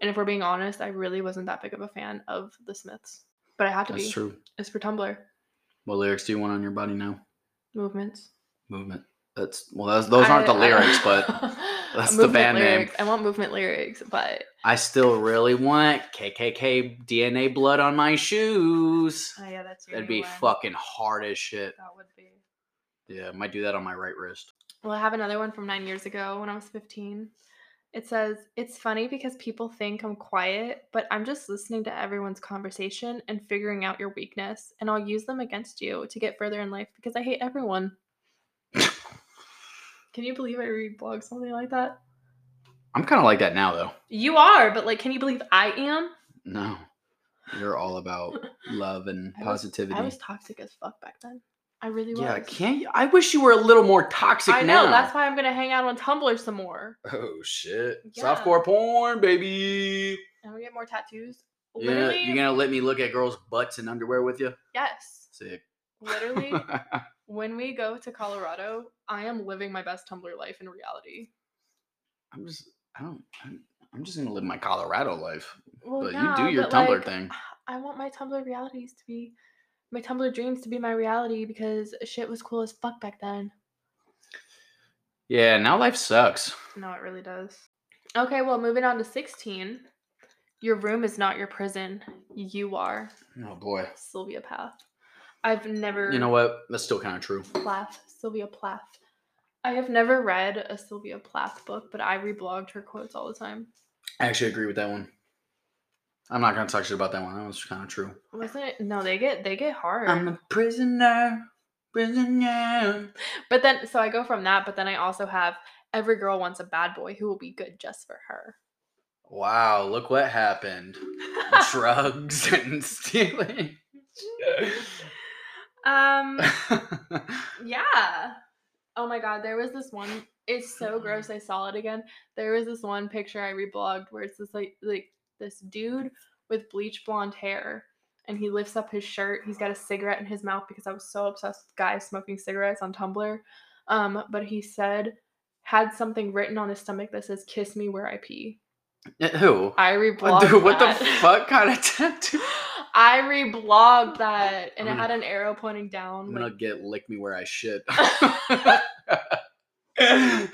Speaker 2: And if we're being honest, I really wasn't that big of a fan of The Smiths, but I had to
Speaker 1: That's
Speaker 2: be.
Speaker 1: true.
Speaker 2: It's for Tumblr
Speaker 1: What lyrics do you want on your body now?
Speaker 2: movements.
Speaker 1: Movement. That's well. That's, those aren't
Speaker 2: I-
Speaker 1: the
Speaker 2: I-
Speaker 1: lyrics, but that's the
Speaker 2: Movement
Speaker 1: band name.
Speaker 2: lyrics. I want movement lyrics, but
Speaker 1: I still really want KKK DNA blood on my shoes.
Speaker 2: Oh yeah, that's your
Speaker 1: That'd
Speaker 2: new
Speaker 1: be
Speaker 2: one.
Speaker 1: fucking hard as shit.
Speaker 2: That would be.
Speaker 1: Yeah, might do that on my right wrist.
Speaker 2: Well, I have another one from nine years ago when I was fifteen. It says, "It's funny because people think I'm quiet, but I'm just listening to everyone's conversation and figuring out your weakness, and I'll use them against you to get further in life because I hate everyone." can you believe I read blogs something like that?
Speaker 1: I'm kind of like that now, though.
Speaker 2: You are, but like, can you believe I am?
Speaker 1: No, you're all about love and
Speaker 2: I was-
Speaker 1: positivity.
Speaker 2: I was toxic as fuck back then. I really was.
Speaker 1: Yeah, can't you? I wish you were a little more toxic
Speaker 2: I know.
Speaker 1: now.
Speaker 2: That's why I'm gonna hang out on Tumblr some more.
Speaker 1: oh shit.
Speaker 2: Yeah.
Speaker 1: Softcore porn, baby.
Speaker 2: I'm gonna get more tattoos.
Speaker 1: Yeah,
Speaker 2: Literally,
Speaker 1: you're gonna let me look at girls' butts and underwear with you?
Speaker 2: yes.
Speaker 1: Sick.
Speaker 2: Literally, when we go to Colorado, I am living my best Tumblr life in reality.
Speaker 1: I'm just I don't I'm, I'm just gonna live my Colorado life.
Speaker 2: Well,
Speaker 1: but
Speaker 2: yeah,
Speaker 1: you do your
Speaker 2: but,
Speaker 1: Tumblr
Speaker 2: like,
Speaker 1: thing.
Speaker 2: I want my Tumblr realities to be my Tumblr dreams to be my reality because shit was cool as fuck back then.
Speaker 1: Yeah, now life sucks.
Speaker 2: No, it really does. Okay, well, moving on to 16. Your room is not your prison. You are
Speaker 1: Oh boy.
Speaker 2: Sylvia Plath. I've never
Speaker 1: You know what? That's still kind of true.
Speaker 2: Plath, Sylvia Plath. I have never read a Sylvia Plath book, but I reblogged her quotes all the time.
Speaker 1: I actually agree with that one. I'm not gonna talk shit about that one. That was kind of true.
Speaker 2: Wasn't it? No, they get they get hard.
Speaker 1: I'm a prisoner, prisoner.
Speaker 2: But then, so I go from that, but then I also have every girl wants a bad boy who will be good just for her.
Speaker 1: Wow, look what happened. Drugs and stealing.
Speaker 2: um, yeah. Oh my god, there was this one. It's so gross. I saw it again. There was this one picture I reblogged where it's this like like this dude with bleach blonde hair, and he lifts up his shirt. He's got a cigarette in his mouth because I was so obsessed with guys smoking cigarettes on Tumblr. Um, but he said had something written on his stomach that says "Kiss me where I pee."
Speaker 1: Who?
Speaker 2: I reblogged.
Speaker 1: Dude, what the
Speaker 2: that.
Speaker 1: fuck kind of tattoo?
Speaker 2: I reblogged that, and
Speaker 1: I'm
Speaker 2: it
Speaker 1: gonna-
Speaker 2: had an arrow pointing down.
Speaker 1: I'm
Speaker 2: like-
Speaker 1: gonna get lick me where I shit.
Speaker 2: oh my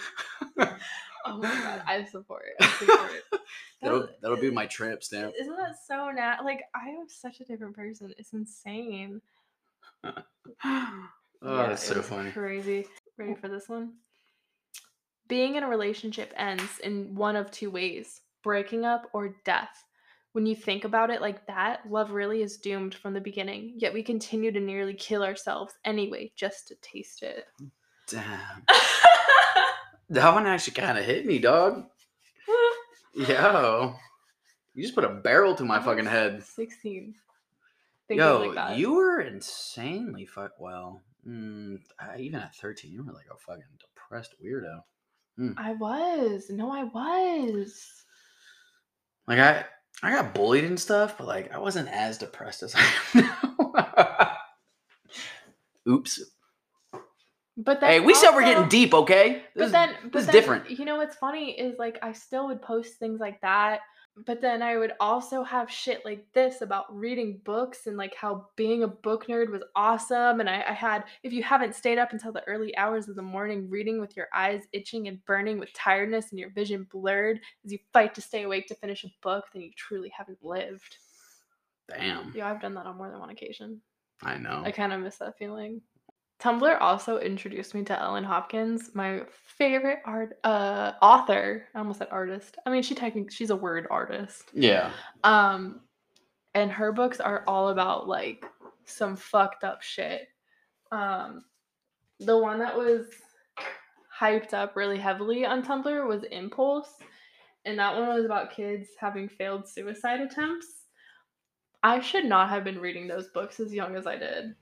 Speaker 2: god, I support it. I support it.
Speaker 1: that'll
Speaker 2: That-
Speaker 1: that'll be my tramp stamp.
Speaker 2: Isn't that so nat? Like I am such a different person. It's insane.
Speaker 1: Oh,
Speaker 2: Yeah,
Speaker 1: that's
Speaker 2: it
Speaker 1: so
Speaker 2: was
Speaker 1: funny.
Speaker 2: Crazy. Ready for this one? Being in a relationship ends in one of two ways: breaking up or death. When you think about it like that, love really is doomed from the beginning. Yet we continue to nearly kill ourselves anyway, just to taste it.
Speaker 1: Damn, that one actually kind of hit me, dog. Yo, you just put a barrel to my fucking head.
Speaker 2: Sixteen. Thinking
Speaker 1: Yo,
Speaker 2: like that.
Speaker 1: you were insanely fuck. Well, mm, I- even at thirteen, you were like a fucking depressed weirdo.
Speaker 2: I was. No, I was.
Speaker 1: Like I, I got bullied and stuff, but like I wasn't as depressed as I am now. Oops.
Speaker 2: But then
Speaker 1: Hey, we said we're
Speaker 2: also-
Speaker 1: getting deep, okay?
Speaker 2: But
Speaker 1: This is-
Speaker 2: then, but
Speaker 1: this is
Speaker 2: then,
Speaker 1: different.
Speaker 2: You know what's funny is like I still would post things like that, but then I would also have shit like this about reading books and like how being a book nerd was awesome. And I, I had, if you haven't stayed up until the early hours of the morning reading with your eyes itching and burning with tiredness and your vision blurred as you fight to stay awake to finish a book, then you truly haven't lived.
Speaker 1: Damn,
Speaker 2: Yeah, I've done that on more than one occasion.
Speaker 1: I know.
Speaker 2: I kind of miss that feeling. Tumblr also introduced me to Ellen Hopkins, my favorite art uh, author. I almost said artist. I mean, she technically she's a word artist.
Speaker 1: Yeah.
Speaker 2: Um, and her books are all about like some fucked up shit. Um, the one that was hyped up really heavily on Tumblr was Impulse, and that one was about kids having failed suicide attempts. I should not have been reading those books as young as I did.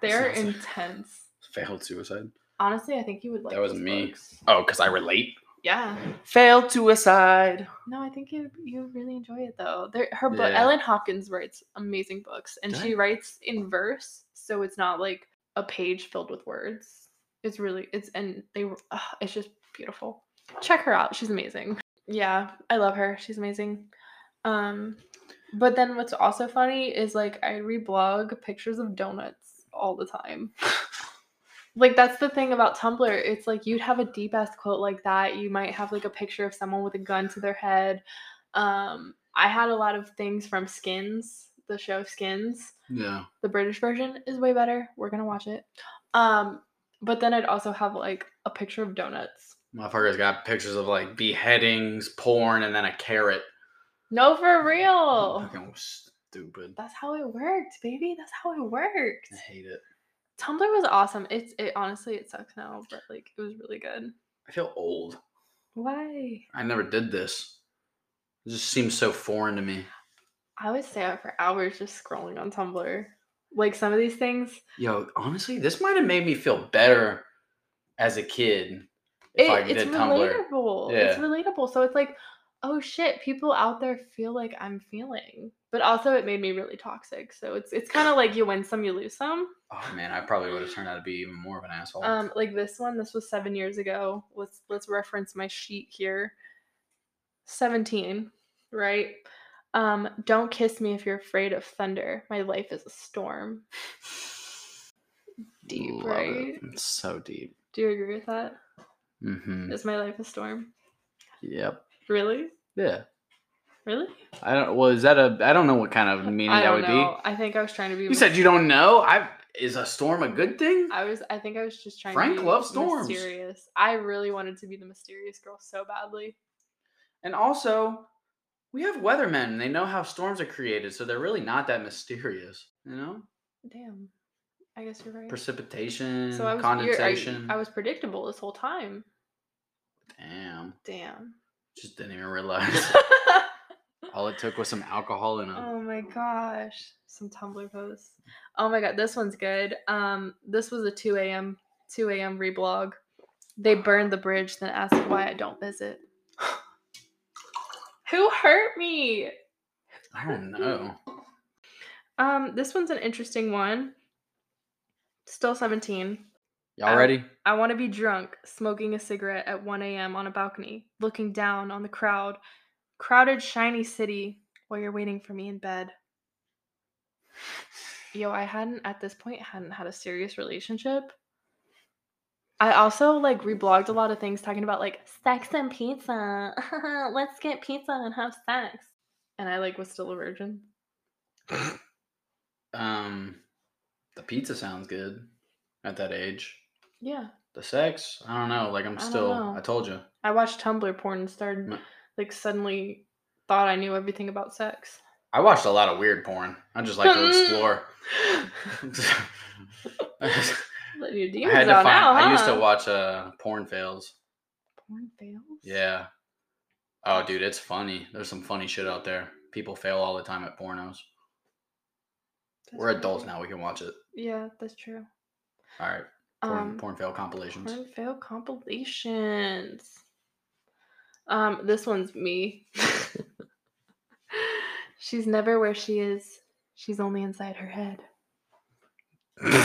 Speaker 2: They're
Speaker 1: Sounds-
Speaker 2: intense.
Speaker 1: Failed suicide.
Speaker 2: Honestly, I think you would like.
Speaker 1: That was
Speaker 2: those
Speaker 1: me.
Speaker 2: books.
Speaker 1: Oh, because I relate.
Speaker 2: Yeah.
Speaker 1: Failed suicide.
Speaker 2: No, I think you you really enjoy it though. There, her book
Speaker 1: Yeah.
Speaker 2: Ellen Hopkins writes amazing books, and
Speaker 1: Does?
Speaker 2: she writes in verse, so it's not like a page filled with words. It's really it's and they were ugh, it's just beautiful. Check her out; she's amazing. Yeah, I love her. She's amazing. Um, but then what's also funny is like I reblog pictures of donuts all the time. like that's the thing about Tumblr. It's like you'd have a deep ass quote like that. You might have like a picture of someone with a gun to their head. Um, I had a lot of things from Skins, the show Skins.
Speaker 1: Yeah.
Speaker 2: The British version is way better. We're gonna watch it. Um, but then I'd also have like a picture of donuts.
Speaker 1: Motherfuckers got pictures of like beheadings, porn, and then a carrot.
Speaker 2: No, for real.
Speaker 1: Fucking stupid.
Speaker 2: Oh. That's how it worked, baby. That's how it worked.
Speaker 1: I hate it.
Speaker 2: Tumblr was awesome. It's it honestly it sucks now, but like it was really good.
Speaker 1: I feel old.
Speaker 2: Why?
Speaker 1: I never did this. It just seems so foreign to me.
Speaker 2: I would stay up for hours just scrolling on Tumblr. Like some of these things.
Speaker 1: Yo, honestly, this might have made me feel better as a kid if
Speaker 2: It-
Speaker 1: I
Speaker 2: it's
Speaker 1: did Tumblr.
Speaker 2: relatable. It's
Speaker 1: Yeah.
Speaker 2: relatable. So it's like, oh shit, people out there feel like I'm feeling. But also it made me really toxic. So it's it's kind of like you win some, you lose some.
Speaker 1: Oh man, I probably would have turned out to be even more of an asshole.
Speaker 2: Um, like this one, this was seven years ago. Let's let's reference my sheet here. Seventeen, right? Um, don't kiss me if you're afraid of thunder. My life is a storm. deep,
Speaker 1: Love
Speaker 2: right?
Speaker 1: It. It's so deep.
Speaker 2: Do you agree with that?
Speaker 1: hmm
Speaker 2: Is my life a storm?
Speaker 1: Yep.
Speaker 2: Really?
Speaker 1: Yeah.
Speaker 2: Really?
Speaker 1: I don't. Well, is that a? I don't know what kind of meaning
Speaker 2: I
Speaker 1: that
Speaker 2: don't
Speaker 1: would
Speaker 2: know. I think I was trying to be.
Speaker 1: be. You said you don't know. I is a storm a good thing?
Speaker 2: I was. I think I was just trying.
Speaker 1: Frank
Speaker 2: to be
Speaker 1: loves storms.
Speaker 2: Mysterious. I really wanted to be the mysterious girl so badly.
Speaker 1: And also, we have weathermen. and They know how storms are created, so they're really not that mysterious. You know,
Speaker 2: Damn. I guess you're right.
Speaker 1: precipitation,
Speaker 2: so I was you're- I-
Speaker 1: condensation.
Speaker 2: I was predictable this whole time.
Speaker 1: Damn,
Speaker 2: Damn.
Speaker 1: just didn't even realize. All it took was some alcohol and a.
Speaker 2: oh my gosh. Some Tumblr posts. Oh my god, this one's good. Um, this was a 2 a.m. 2 a.m. reblog. They burned the bridge, then asked why I don't visit. Who hurt me?
Speaker 1: I don't know.
Speaker 2: Um, this one's an interesting one. Still 17.
Speaker 1: Y'all
Speaker 2: Um,
Speaker 1: ready?
Speaker 2: I want to be drunk, smoking a cigarette at 1 a.m. on a balcony, looking down on the crowd, crowded, shiny city, while you're waiting for me in bed. Yo, I hadn't, at this point, hadn't had a serious relationship. I also like reblogged a lot of things talking about like sex and pizza. Let's get pizza and have sex. And I like was still a virgin.
Speaker 1: Um, the pizza sounds good at that age.
Speaker 2: Yeah.
Speaker 1: The sex, I don't know. Like I'm
Speaker 2: I don't
Speaker 1: still.
Speaker 2: know.
Speaker 1: I told you.
Speaker 2: I watched Tumblr porn and started
Speaker 1: Mm.
Speaker 2: like suddenly thought I knew everything about sex.
Speaker 1: I watched a lot of weird porn. I just like to explore. I
Speaker 2: Let your demons
Speaker 1: had to
Speaker 2: out
Speaker 1: find.
Speaker 2: now,
Speaker 1: I used to
Speaker 2: huh?
Speaker 1: watch uh porn fails.
Speaker 2: Porn fails?
Speaker 1: Yeah. Oh, dude, it's funny. There's some funny shit out there. People fail all the time at pornos.
Speaker 2: That's
Speaker 1: We're adults
Speaker 2: crazy.
Speaker 1: now. We can watch it.
Speaker 2: Yeah, that's true.
Speaker 1: All right. Porn,
Speaker 2: Um, porn,
Speaker 1: porn fail compilations.
Speaker 2: fail compilations. Um, this one's me. She's never where she is. She's only inside her head.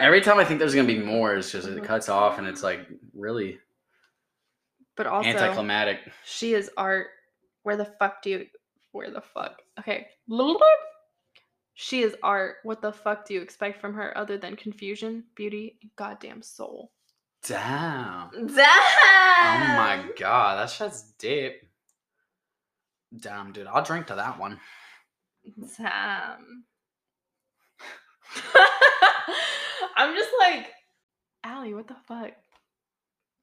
Speaker 1: Every time I think there's gonna be more, it's just it
Speaker 2: Mhm.
Speaker 1: cuts off and it's like really
Speaker 2: but also,
Speaker 1: anticlimactic.
Speaker 2: She is art. Where the fuck do you where the fuck? Okay. She is art. What the fuck do you expect from her other than confusion, beauty, and goddamn soul?
Speaker 1: Damn.
Speaker 2: Damn!
Speaker 1: Oh
Speaker 2: Ah.
Speaker 1: my god, that shit's deep. Damn, dude, I'll drink to that one.
Speaker 2: Damn. I'm just like, Allie, what the fuck?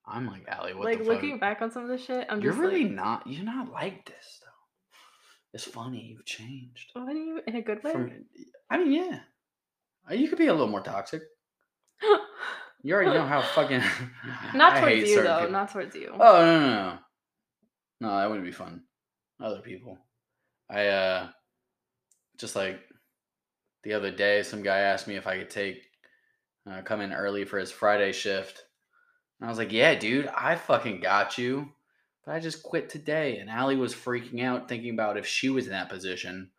Speaker 1: I'm like Allie, what
Speaker 2: like
Speaker 1: the fuck?
Speaker 2: looking back on some of this shit, I'm
Speaker 1: you're
Speaker 2: just like,
Speaker 1: really not. You're not like this though. It's funny you've changed.
Speaker 2: what are you in a good way?
Speaker 1: From, I mean, yeah, Uh, you could be a little more toxic. You already know how fucking.
Speaker 2: not
Speaker 1: I hate
Speaker 2: towards you
Speaker 1: certain
Speaker 2: though.
Speaker 1: people.
Speaker 2: Not towards you.
Speaker 1: Oh no no no. No, that wouldn't be fun. Other people. I uh just like the other day some guy asked me if I could take uh, come in early for his Friday shift. And I was like, "Yeah, dude, I fucking got you." But I just quit today and Allie was freaking out thinking about if she was in that position.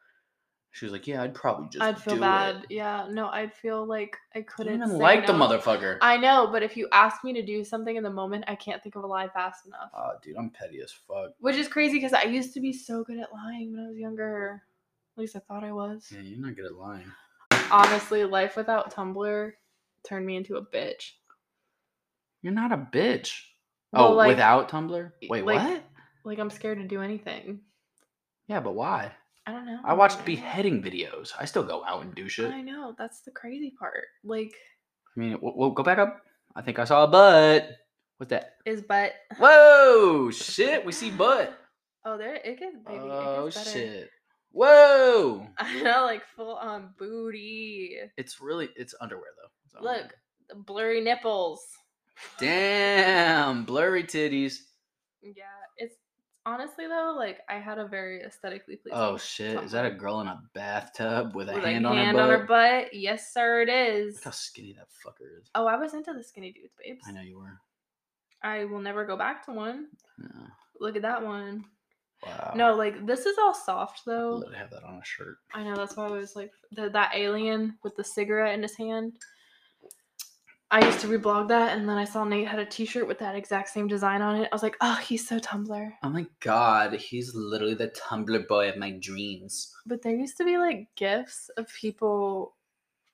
Speaker 1: She was like, "Yeah, I'd probably just
Speaker 2: I'd feel
Speaker 1: do
Speaker 2: bad.
Speaker 1: It.
Speaker 2: Yeah, no, I'd feel like I
Speaker 1: I
Speaker 2: couldn't
Speaker 1: didn't even
Speaker 2: say
Speaker 1: like the
Speaker 2: no.
Speaker 1: motherfucker.
Speaker 2: I know, but if you ask me to do something in the moment, I can't think of a lie fast enough.
Speaker 1: oh, dude, I'm petty as fuck.
Speaker 2: Which is crazy because I used to be so good at lying when I was younger. At least I thought I was.
Speaker 1: Yeah, you're not good at lying.
Speaker 2: Honestly, life without Tumblr turned me into a bitch.
Speaker 1: You're not a bitch.
Speaker 2: Well,
Speaker 1: oh,
Speaker 2: like-
Speaker 1: without Tumblr? Wait,
Speaker 2: like-
Speaker 1: what?
Speaker 2: Like I'm scared to do anything.
Speaker 1: Yeah, but why?
Speaker 2: I don't know.
Speaker 1: I watched
Speaker 2: man.
Speaker 1: beheading videos. I still go out and do shit.
Speaker 2: I
Speaker 1: I
Speaker 2: know that's the crazy part. Like,
Speaker 1: mean, whoa, whoa, go back up. I think I saw a butt. What's that?
Speaker 2: is butt.
Speaker 1: Whoa, shit, we see butt.
Speaker 2: Oh, there it gets baby.
Speaker 1: Oh,
Speaker 2: it gets better.
Speaker 1: shit. Whoa.
Speaker 2: I know, like full on booty.
Speaker 1: It's really, it's underwear though. It's underwear.
Speaker 2: Look, the blurry nipples.
Speaker 1: Damn, blurry titties.
Speaker 2: Yeah, it's honestly though, like I had a very aesthetically pleasing.
Speaker 1: Oh shit! Is that a girl in a bathtub with a hand, on,
Speaker 2: hand
Speaker 1: her
Speaker 2: on her
Speaker 1: butt?
Speaker 2: butt? Yes, sir, it is.
Speaker 1: Look how skinny that fucker is.
Speaker 2: Oh, I was into the skinny dudes, babes.
Speaker 1: I know you were.
Speaker 2: I will never go back to one.
Speaker 1: No.
Speaker 2: Look at that one.
Speaker 1: Wow.
Speaker 2: No, like this is all soft
Speaker 1: I'd
Speaker 2: though.
Speaker 1: love to have that on a shirt.
Speaker 2: I know that's why I was like the, that alien with the cigarette in his hand. I used to reblog that, and then I saw Nate had a T-shirt with that exact same design on it. I was like, oh, he's so Tumblr.
Speaker 1: Oh my god, he's literally the Tumblr boy of my dreams.
Speaker 2: But there used to be like gifs of people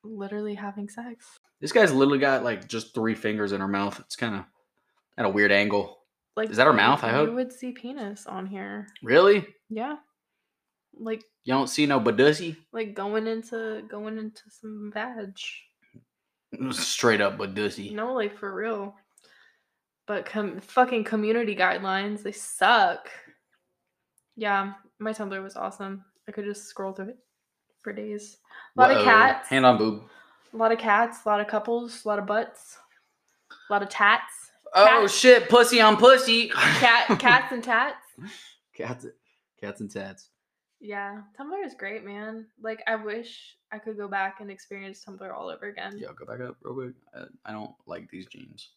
Speaker 2: literally having sex.
Speaker 1: This guy's literally got like just three fingers in her mouth. It's kind of at a weird angle.
Speaker 2: Like
Speaker 1: Is that her
Speaker 2: you-
Speaker 1: mouth? I hope.
Speaker 2: you would see penis on here.
Speaker 1: Really?
Speaker 2: Yeah, like
Speaker 1: You don't see no badussy?
Speaker 2: like going into going into some vag.
Speaker 1: Straight up badussy.
Speaker 2: No, like for real. But com- fucking community guidelines, they suck. Yeah, my Tumblr was awesome. I could just scroll through it for days. A lot of
Speaker 1: Whoa.
Speaker 2: cats.
Speaker 1: Hand on boob.
Speaker 2: A lot of cats, a lot of couples, a lot of butts, a lot of tats.
Speaker 1: Oh
Speaker 2: Cat.
Speaker 1: shit, pussy on pussy.
Speaker 2: Cat cats and tats.
Speaker 1: cats cats and tats.
Speaker 2: Yeah, Tumblr is great, man. Like I wish I could go back and experience Tumblr all over again.
Speaker 1: Yo, go back up real quick. I, I don't like these jeans.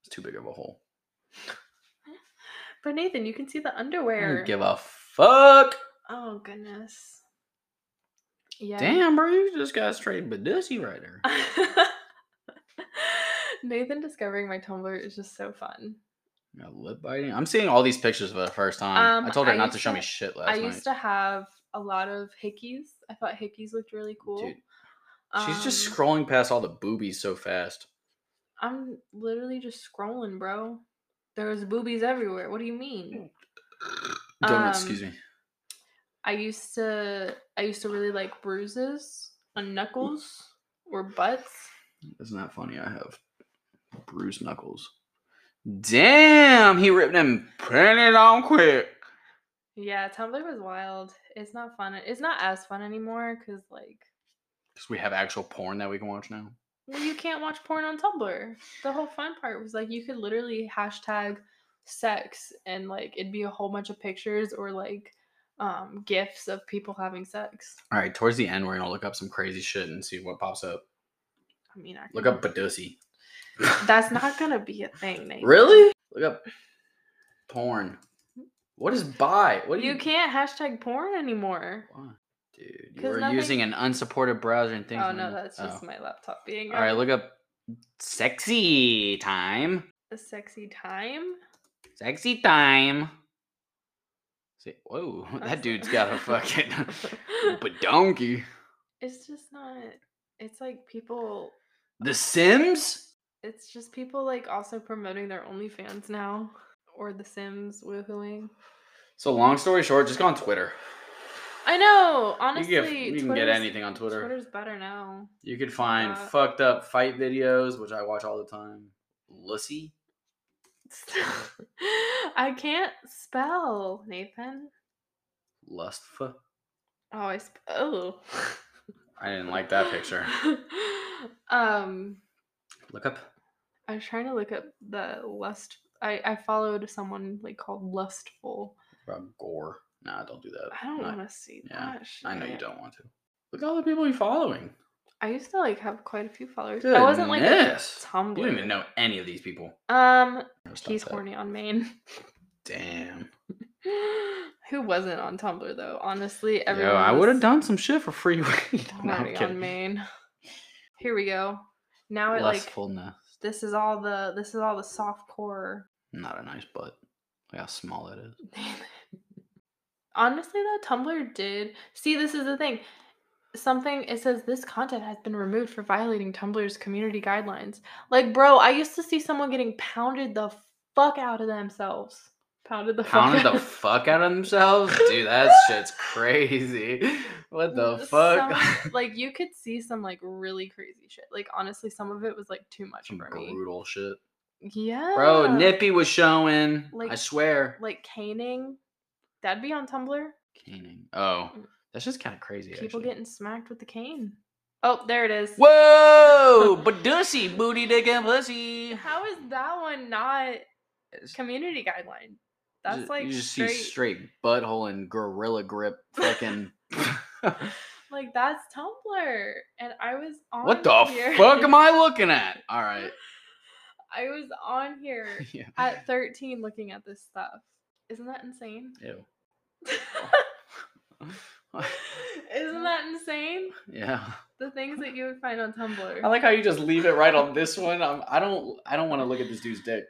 Speaker 1: It's too big of a hole.
Speaker 2: But Nathan, you can see the
Speaker 1: I
Speaker 2: underwear.
Speaker 1: don't Mm, give a fuck.
Speaker 2: oh goodness. Yeah.
Speaker 1: Damn, bro, you just got straight badussy right there.
Speaker 2: Nathan discovering my Tumblr is just so fun.
Speaker 1: Got lip biting. I'm seeing all these pictures for the first time. I
Speaker 2: Um,
Speaker 1: told her
Speaker 2: I
Speaker 1: not
Speaker 2: used
Speaker 1: to show
Speaker 2: to-
Speaker 1: me shit last
Speaker 2: I
Speaker 1: night.
Speaker 2: used to have a lot of hickeys. I thought hickeys looked really cool.
Speaker 1: Dude, She's just
Speaker 2: Um,
Speaker 1: scrolling past all the boobies so fast.
Speaker 2: I'm literally just scrolling, bro. There's boobies everywhere. What do you mean?
Speaker 1: Don't
Speaker 2: um,
Speaker 1: excuse me.
Speaker 2: I used to I used to really like bruises on knuckles or butts.
Speaker 1: It's not funny. I have bruised knuckles. Damn, he ripped them printed on quick.
Speaker 2: Yeah, Tumblr was wild. It's not fun. It's not as fun anymore because like
Speaker 1: Because we have actual porn that we can watch now.
Speaker 2: well, you can't watch porn on Tumblr. The whole fun part was like you could literally hashtag sex and like it'd be a whole bunch of pictures or like um gifs of people having sex.
Speaker 1: All right, towards the end, we're gonna look up some crazy shit and see what pops up.
Speaker 2: I mean, I
Speaker 1: Look
Speaker 2: can-
Speaker 1: up Badussy.
Speaker 2: That's not gonna be a thing, Nate.
Speaker 1: really? Look up porn. What is bi? What do you,
Speaker 2: You can't hashtag porn anymore.
Speaker 1: Why? Dude, you
Speaker 2: 'Cause
Speaker 1: were
Speaker 2: nothing-
Speaker 1: using an unsupported browser and things.
Speaker 2: Oh
Speaker 1: and
Speaker 2: no,
Speaker 1: then-
Speaker 2: that's just
Speaker 1: oh.
Speaker 2: my laptop being
Speaker 1: All right,
Speaker 2: up.
Speaker 1: look up sexy time.
Speaker 2: a sexy time.
Speaker 1: Sexy time. See, whoa,
Speaker 2: That's-
Speaker 1: that dude's got a fucking donkey.
Speaker 2: It's just not. It's like people.
Speaker 1: The Sims?
Speaker 2: It's just people like also promoting their OnlyFans now or The Sims woohooing.
Speaker 1: So long story short, just go on Twitter.
Speaker 2: I
Speaker 1: You
Speaker 2: know.
Speaker 1: can
Speaker 2: Honestly,
Speaker 1: get- you can get
Speaker 2: Twitter's-
Speaker 1: anything on Twitter.
Speaker 2: Twitter's better now.
Speaker 1: You could find
Speaker 2: Uh,
Speaker 1: fucked up fight videos, which I watch all the time. Lussy.
Speaker 2: I can't spell Nathan.
Speaker 1: Lustfa.
Speaker 2: Oh, I sp- oh.
Speaker 1: I didn't like that picture.
Speaker 2: um.
Speaker 1: Look up.
Speaker 2: I was trying to look up the lust. I, I followed someone like called Lustful.
Speaker 1: Rob Gore. Nah, don't do that.
Speaker 2: I don't
Speaker 1: Not-
Speaker 2: want to see
Speaker 1: yeah,
Speaker 2: that. Shit.
Speaker 1: I know you don't want to. Look at all the people you're following.
Speaker 2: I used to like have quite a few followers. I wasn't like a
Speaker 1: Goodness.
Speaker 2: Tumblr.
Speaker 1: You don't even know any of these people.
Speaker 2: Um,
Speaker 1: Stop
Speaker 2: he's
Speaker 1: that.
Speaker 2: horny on Maine.
Speaker 1: Damn.
Speaker 2: Who wasn't on Tumblr though? Honestly, everyone.
Speaker 1: Yo, I
Speaker 2: was
Speaker 1: would have done some shit for free weed. No, I'm
Speaker 2: horny on
Speaker 1: kidding.
Speaker 2: Maine. Here we go. Now it like
Speaker 1: Lustfulness.
Speaker 2: this is all the this is all the soft core.
Speaker 1: Not a nice butt. Look how small it is.
Speaker 2: Honestly though, Tumblr did see this is the thing. Something it says this content has been removed for violating Tumblr's community guidelines. Like, bro, I used to see someone getting pounded the fuck out of themselves. Pounded the
Speaker 1: Pounded
Speaker 2: fuck
Speaker 1: the
Speaker 2: out.
Speaker 1: fuck out of themselves? Dude, that shit's crazy. What the fuck?
Speaker 2: Some- like you could see some like really crazy shit. Like honestly, some of it was like too much
Speaker 1: Some
Speaker 2: for me.
Speaker 1: brutal shit.
Speaker 2: Yeah.
Speaker 1: Bro, Nippy was showing.
Speaker 2: Ah. Like-
Speaker 1: I swear.
Speaker 2: Like caning. That'd be on Tumblr.
Speaker 1: Caning. Oh.
Speaker 2: Mm.
Speaker 1: That's just kind of crazy.
Speaker 2: People
Speaker 1: actually.
Speaker 2: getting smacked with the cane. Oh, there it is.
Speaker 1: Whoa! Badussy, booty dick and pussy.
Speaker 2: How is that one not
Speaker 1: It's-
Speaker 2: community guideline? That's
Speaker 1: Ju-
Speaker 2: like
Speaker 1: you just
Speaker 2: straight,
Speaker 1: see straight butthole and gorilla grip fucking.
Speaker 2: like that's Tumblr. And I was on
Speaker 1: what the
Speaker 2: here-
Speaker 1: fuck am I looking at? All right.
Speaker 2: I was on here
Speaker 1: Yeah.
Speaker 2: at 13 looking at this stuff. Isn't that insane?
Speaker 1: Ew.
Speaker 2: Isn't that insane?
Speaker 1: yeah.
Speaker 2: The things that you would find on Tumblr.
Speaker 1: I like how you just leave it right on this one. I'm, I don't. I don't want to look at this dude's dick.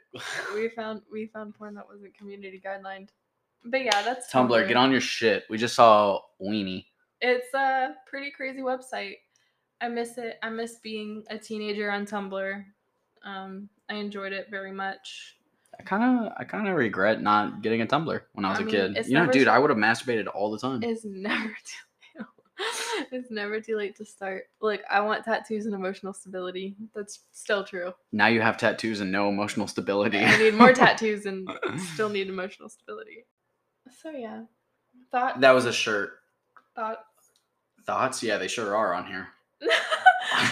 Speaker 2: we found we found porn that wasn't community guidelined. But yeah, that's
Speaker 1: Tumblr, get on your shit. We just saw Weenie.
Speaker 2: It's a pretty crazy website. I miss it. I miss being a teenager on Tumblr. Um, I enjoyed it very much.
Speaker 1: I kind of, I kind of regret not getting a Tumblr when I was
Speaker 2: I
Speaker 1: a
Speaker 2: mean,
Speaker 1: kid.
Speaker 2: it's
Speaker 1: You know,
Speaker 2: never
Speaker 1: dude,
Speaker 2: too-
Speaker 1: I would have masturbated all the time.
Speaker 2: It's never too it's never too late to start. Look, I want tattoos and emotional stability. That's still true.
Speaker 1: Now you have tattoos and no emotional stability.
Speaker 2: I need more tattoos and still need emotional stability. So yeah, thought
Speaker 1: that was a shirt.
Speaker 2: thought.
Speaker 1: Thoughts? Yeah, they sure are on here.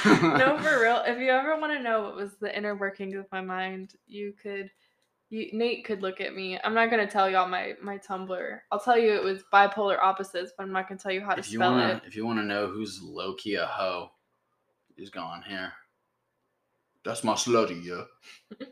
Speaker 2: no, for real. If you ever want to know what was the inner workings of my mind, you could. You, Nate could look at me. I'm not gonna tell y'all my my Tumblr. I'll tell you it was bipolar opposites, but I'm not gonna tell you how to
Speaker 1: If you
Speaker 2: spell
Speaker 1: wanna,
Speaker 2: it.
Speaker 1: if you wanna know who's low key a hoe, just go on here. That's my slutty, yeah.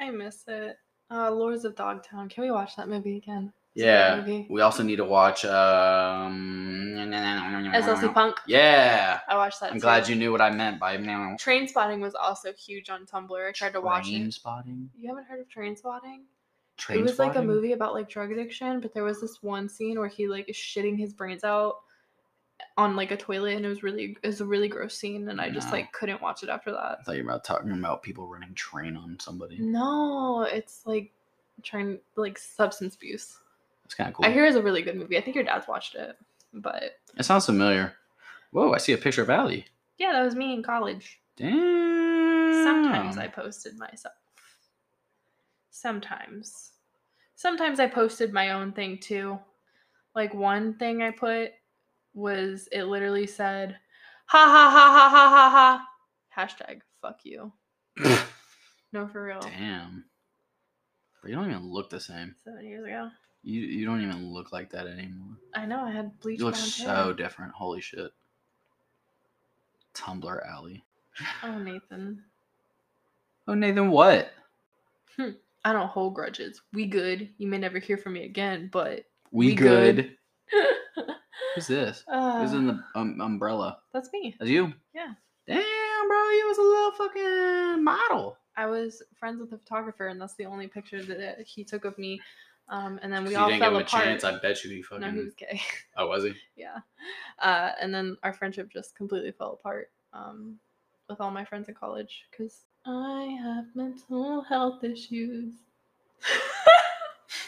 Speaker 2: I miss it. Uh, Lords of Dogtown. Can we watch that movie again? It's a great
Speaker 1: Yeah.
Speaker 2: movie.
Speaker 1: We also need to watch um
Speaker 2: SLC Punk.
Speaker 1: Yeah.
Speaker 2: I watched that.
Speaker 1: I'm glad you knew what I meant by now.
Speaker 2: Train Spotting was also huge on Tumblr. I tried to watch
Speaker 1: Train
Speaker 2: it.
Speaker 1: spotting.
Speaker 2: You haven't heard of Train Spotting?
Speaker 1: Train
Speaker 2: it was like a
Speaker 1: spotting?
Speaker 2: movie about like drug addiction, but there was this one scene where he like is shitting his brains out on like a toilet, and it was really it was a really gross scene, and I just
Speaker 1: No.
Speaker 2: like couldn't watch it after that.
Speaker 1: I thought you were about talking about people running train on
Speaker 2: Mm.
Speaker 1: somebody.
Speaker 2: No, it's like trying like substance abuse.
Speaker 1: That's kind of cool.
Speaker 2: I hear it's a really good movie. I think your dad's watched it, but
Speaker 1: it sounds familiar. Whoa, I see a picture of Allie.
Speaker 2: yeah, that was me in college.
Speaker 1: Damn. Hmm.
Speaker 2: Sometimes I posted myself. Sometimes. Sometimes I posted my own thing too. Like one thing I put was it literally said, ha ha ha ha ha ha ha. Hashtag fuck you. No, for real.
Speaker 1: Damn. But you don't even look the same.
Speaker 2: Seven years ago.
Speaker 1: You you don't even look like that anymore.
Speaker 2: I know I had bleach
Speaker 1: You look
Speaker 2: blonde
Speaker 1: so
Speaker 2: hair.
Speaker 1: different. Holy shit. Tumblr alley.
Speaker 2: Oh, Nathan.
Speaker 1: Oh Nathan, what?
Speaker 2: I don't hold grudges. We good. You may never hear from me again, but.
Speaker 1: We,
Speaker 2: We
Speaker 1: good.
Speaker 2: good.
Speaker 1: Who's this? Who's in
Speaker 2: uh,
Speaker 1: the um, umbrella?
Speaker 2: that's me.
Speaker 1: That's you.
Speaker 2: Yeah.
Speaker 1: Damn, bro, you was a little fucking model.
Speaker 2: I was friends with the photographer, and that's the only picture that uh, he took of me. Um, and then we
Speaker 1: You
Speaker 2: all
Speaker 1: didn't
Speaker 2: fell
Speaker 1: give him a
Speaker 2: apart.
Speaker 1: chance. I bet you he fucking.
Speaker 2: no, he was gay.
Speaker 1: Oh, was he?
Speaker 2: yeah. Uh, and then our friendship just completely fell apart um, with all my friends in college because I have mental health issues.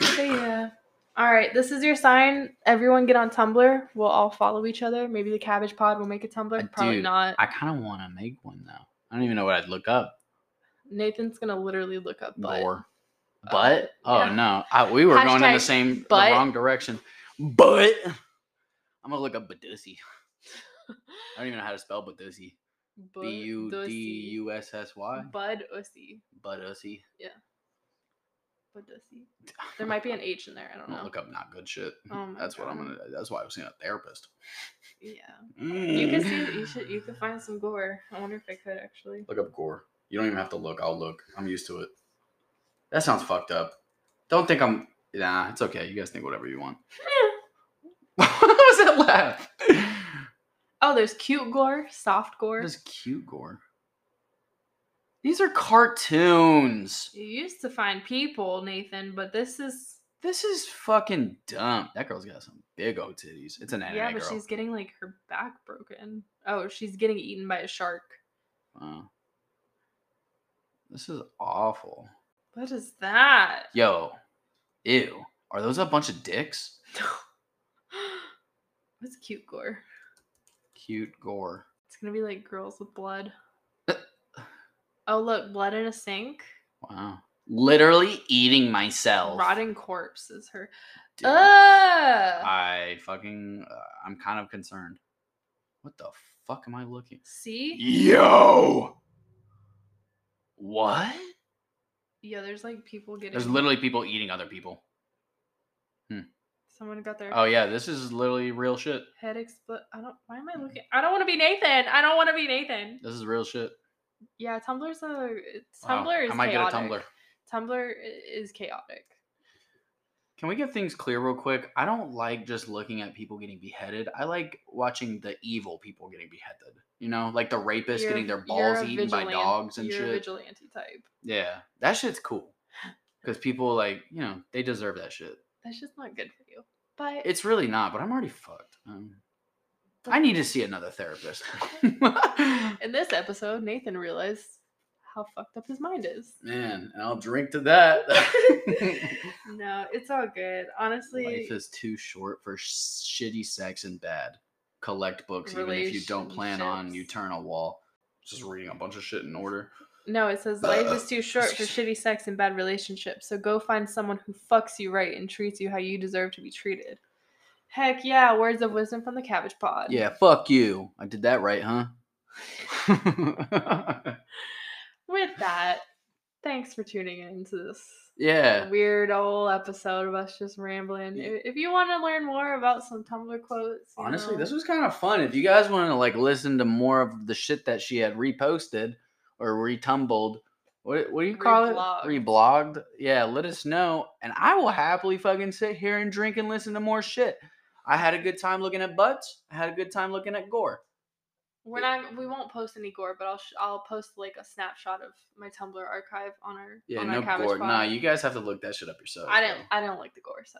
Speaker 2: so, yeah. All right, this is your sign. Everyone get on Tumblr. We'll all follow each other. Maybe the Cabbage Pod will make a Tumblr.
Speaker 1: Uh,
Speaker 2: Probably
Speaker 1: dude,
Speaker 2: not.
Speaker 1: I kind of want to make one though. I don't even know what I'd look up.
Speaker 2: Nathan's gonna literally look up butt.
Speaker 1: More.
Speaker 2: Uh,
Speaker 1: But oh
Speaker 2: yeah.
Speaker 1: no, I, we were going in the
Speaker 2: Hashtag
Speaker 1: same the
Speaker 2: butt.
Speaker 1: wrong direction. But I'm gonna look up Badussy. I don't even know how to spell Badussy.
Speaker 2: Bud
Speaker 1: B u d
Speaker 2: Dussy.
Speaker 1: u s s y.
Speaker 2: Bud Ussy.
Speaker 1: Badussy.
Speaker 2: Bud Ussy. There might be an H in there. I don't
Speaker 1: I'm gonna
Speaker 2: know.
Speaker 1: look up not good shit.
Speaker 2: Oh my
Speaker 1: that's what I'm
Speaker 2: God.
Speaker 1: gonna. That's why I was seeing a therapist.
Speaker 2: Yeah. You
Speaker 1: Mm.
Speaker 2: can see. You should. You could find some gore. I wonder if I could actually.
Speaker 1: Look up gore. You don't even have to look. I'll look. I'm used to it. That sounds fucked up. Don't think I'm. Nah, it's okay. You guys think whatever you want. what was that laugh?
Speaker 2: Oh, there's cute gore, soft gore.
Speaker 1: What is cute gore? These are cartoons.
Speaker 2: You used to find people, Nathan, but this is.
Speaker 1: This is fucking dumb. That girl's got some big old titties. It's an anime
Speaker 2: yeah, but
Speaker 1: girl.
Speaker 2: she's getting like her back broken. Oh, she's getting eaten by a shark.
Speaker 1: Wow. This is awful.
Speaker 2: What is that?
Speaker 1: Yo, ew. Are those a bunch of dicks?
Speaker 2: What's cute gore?
Speaker 1: Cute gore.
Speaker 2: It's gonna be like girls with blood. oh look, blood in a sink.
Speaker 1: Wow. Literally eating myself.
Speaker 2: Rotting corpse is her.
Speaker 1: Dude,
Speaker 2: Ugh!
Speaker 1: I fucking. Uh, I'm kind of concerned. What the fuck am I looking?
Speaker 2: See?
Speaker 1: Yo. What?
Speaker 2: Yeah, there's like people getting.
Speaker 1: There's literally people eating other people.
Speaker 2: Someone got their
Speaker 1: Oh yeah, this is literally real shit.
Speaker 2: head explode. I don't. Why am I looking? I don't want to be Nathan. I don't want to be Nathan.
Speaker 1: This is real shit.
Speaker 2: Yeah, Tumblr's a
Speaker 1: Wow,
Speaker 2: Tumblr is
Speaker 1: I might get
Speaker 2: chaotic.
Speaker 1: a Tumblr.
Speaker 2: Tumblr i- is chaotic.
Speaker 1: Can we get things clear real quick? I don't like just looking at people getting beheaded. I like watching the evil people getting beheaded. You know, like the rapists
Speaker 2: You're-
Speaker 1: getting their
Speaker 2: you're
Speaker 1: balls
Speaker 2: a
Speaker 1: eaten by
Speaker 2: vigilant-
Speaker 1: dogs and
Speaker 2: you're a
Speaker 1: shit.
Speaker 2: vigilante type.
Speaker 1: Yeah, that shit's cool. Because people like, you know, they deserve that shit.
Speaker 2: That's just not good for you. But
Speaker 1: It's really not, but I'm already fucked. Um, I need to see another therapist.
Speaker 2: in this episode, Nathan realized how fucked up his mind is.
Speaker 1: Man, and I'll drink to that.
Speaker 2: No, it's all good. Honestly,
Speaker 1: Life is too short for shitty sex and bad. Collect books, even if you don't plan on
Speaker 2: Relationships.
Speaker 1: eternal wall. Just reading a bunch of shit in order.
Speaker 2: no, it says life is too short for
Speaker 1: excuse
Speaker 2: shitty sex and bad relationships. So go find someone who fucks you right and treats you how you deserve to be treated. Heck yeah, words of wisdom from the Cabbage Pod.
Speaker 1: Yeah, fuck you. I did that right, huh?
Speaker 2: With that, thanks for tuning in to this
Speaker 1: yeah.
Speaker 2: weird old episode of us just rambling.
Speaker 1: Yeah.
Speaker 2: I- If you want to learn more about some Tumblr quotes, you
Speaker 1: Honestly,
Speaker 2: know,
Speaker 1: this was kind of fun. If you guys want to like listen to more of the shit that she had reposted or retumbled, what what do you call
Speaker 2: Reblogged.
Speaker 1: it? Reblogged. Yeah, let us know, and I will happily fucking sit here and drink and listen to more shit. I had a good time looking at butts. I had a good time looking at gore.
Speaker 2: we're not we won't post any gore, but I'll sh- I'll post like a snapshot of my Tumblr archive on our
Speaker 1: Yeah,
Speaker 2: on
Speaker 1: no
Speaker 2: our cabbage
Speaker 1: gore.
Speaker 2: Pod.
Speaker 1: Nah, you guys have to look that shit up yourself.
Speaker 2: I didn't
Speaker 1: bro.
Speaker 2: I don't like the gore, so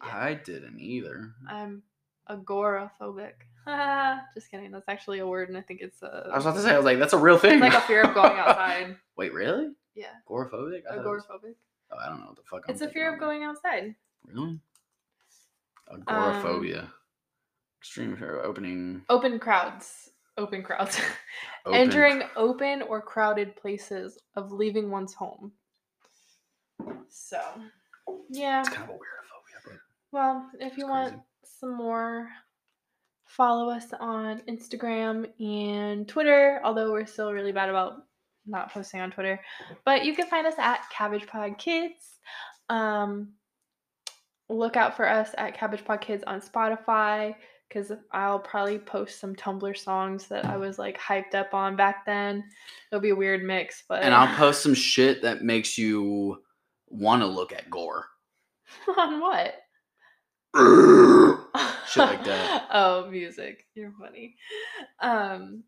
Speaker 1: I didn't either.
Speaker 2: I'm agoraphobic. Ah, Just kidding. That's actually a word, and I think it's a
Speaker 1: I was about to say, I was like, that's a real thing.
Speaker 2: it's like a fear of going outside.
Speaker 1: Wait, really?
Speaker 2: Yeah.
Speaker 1: Agoraphobic? I, thought it was-
Speaker 2: Agoraphobic.
Speaker 1: oh, I don't know what the fuck. I'm
Speaker 2: It's a
Speaker 1: thinking
Speaker 2: fear
Speaker 1: of.
Speaker 2: of going outside.
Speaker 1: Really?
Speaker 2: Um,
Speaker 1: Agoraphobia. Extreme fear of opening.
Speaker 2: Open crowds. Open crowds.
Speaker 1: open-
Speaker 2: Entering open or crowded places of leaving one's home. So, yeah.
Speaker 1: It's kind of a weird phobia, but
Speaker 2: Well, if
Speaker 1: It's
Speaker 2: you want
Speaker 1: crazy.
Speaker 2: some more, follow us on Instagram and Twitter, although we're still really bad about not posting on Twitter. But you can find us at Cabbage Pod Kids. Um, look out for us at Cabbage Pod Kids on Spotify because I'll probably post some Tumblr songs that I was like hyped up on back then. It'll be a weird mix, but
Speaker 1: And I'll post some shit that makes you want to look at gore.
Speaker 2: on what?
Speaker 1: Shit like that.
Speaker 2: oh, music. You're funny. Um,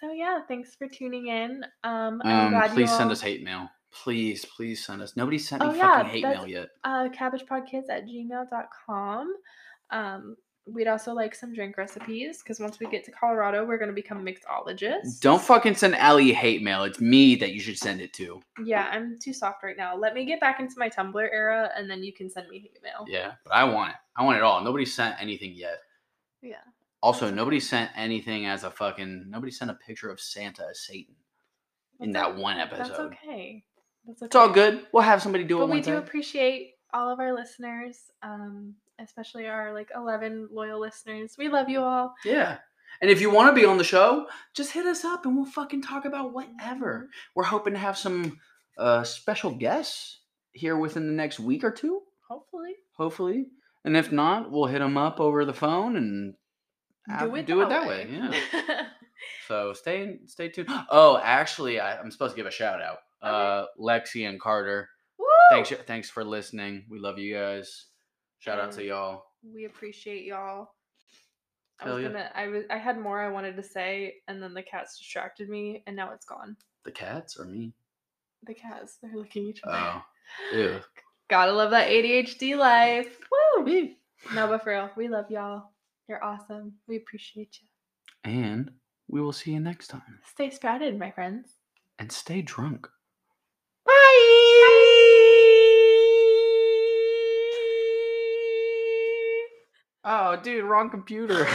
Speaker 2: so yeah, thanks for tuning in. Um, I'm
Speaker 1: Um,
Speaker 2: glad you
Speaker 1: please send
Speaker 2: all-
Speaker 1: us hate mail. Please, please send us. Nobody sent me
Speaker 2: Oh, yeah,
Speaker 1: fucking hate
Speaker 2: that's-
Speaker 1: mail yet.
Speaker 2: uh, cabbagepodkids at gmail.com. Um, we'd also like some drink recipes because once we get to Colorado, we're going to become mixologists.
Speaker 1: Don't fucking send Allie hate mail. It's me that you should send it to.
Speaker 2: Yeah, I'm too soft right now. Let me get back into my Tumblr era and then you can send me hate mail.
Speaker 1: Yeah, but I want it. I want it all. Nobody sent anything yet.
Speaker 2: Yeah.
Speaker 1: Also,
Speaker 2: That's
Speaker 1: nobody sent anything as a fucking. Nobody sent a picture of Santa as Satan in
Speaker 2: That's
Speaker 1: that one
Speaker 2: o-
Speaker 1: episode.
Speaker 2: That's okay. That's okay.
Speaker 1: It's all good. We'll have somebody do it
Speaker 2: but we
Speaker 1: one
Speaker 2: do
Speaker 1: time.
Speaker 2: appreciate all of our listeners um especially our like 11 loyal listeners we love you all
Speaker 1: yeah. And if you want to be on the show, just hit us up and we'll fucking talk about whatever.
Speaker 2: Mm-hmm.
Speaker 1: We're hoping to have some uh, special guests here within the next week or two,
Speaker 2: hopefully
Speaker 1: hopefully. And if not, we'll hit them up over the phone and have- Yeah. So stay in- stay tuned. Oh, actually, I, I'm supposed to give a shout out. Uh, Lexi and Carter,
Speaker 2: Woo!
Speaker 1: thanks thanks for listening. We love you guys. Shout out to
Speaker 2: And-
Speaker 1: y'all.
Speaker 2: we appreciate y'all i
Speaker 1: Hell
Speaker 2: was
Speaker 1: yeah.
Speaker 2: gonna i was i had more i wanted to say and then the cats distracted me and now it's gone
Speaker 1: The cats or me?
Speaker 2: the cats they're looking at each other
Speaker 1: Oh, ew.
Speaker 2: gotta love that adhd life Woo!
Speaker 1: Wee.
Speaker 2: no but for real we love y'all you're awesome we appreciate you
Speaker 1: And we will see you next time.
Speaker 2: stay sprouted my friends
Speaker 1: And stay drunk.
Speaker 2: Bye.
Speaker 1: Oh, dude, wrong computer.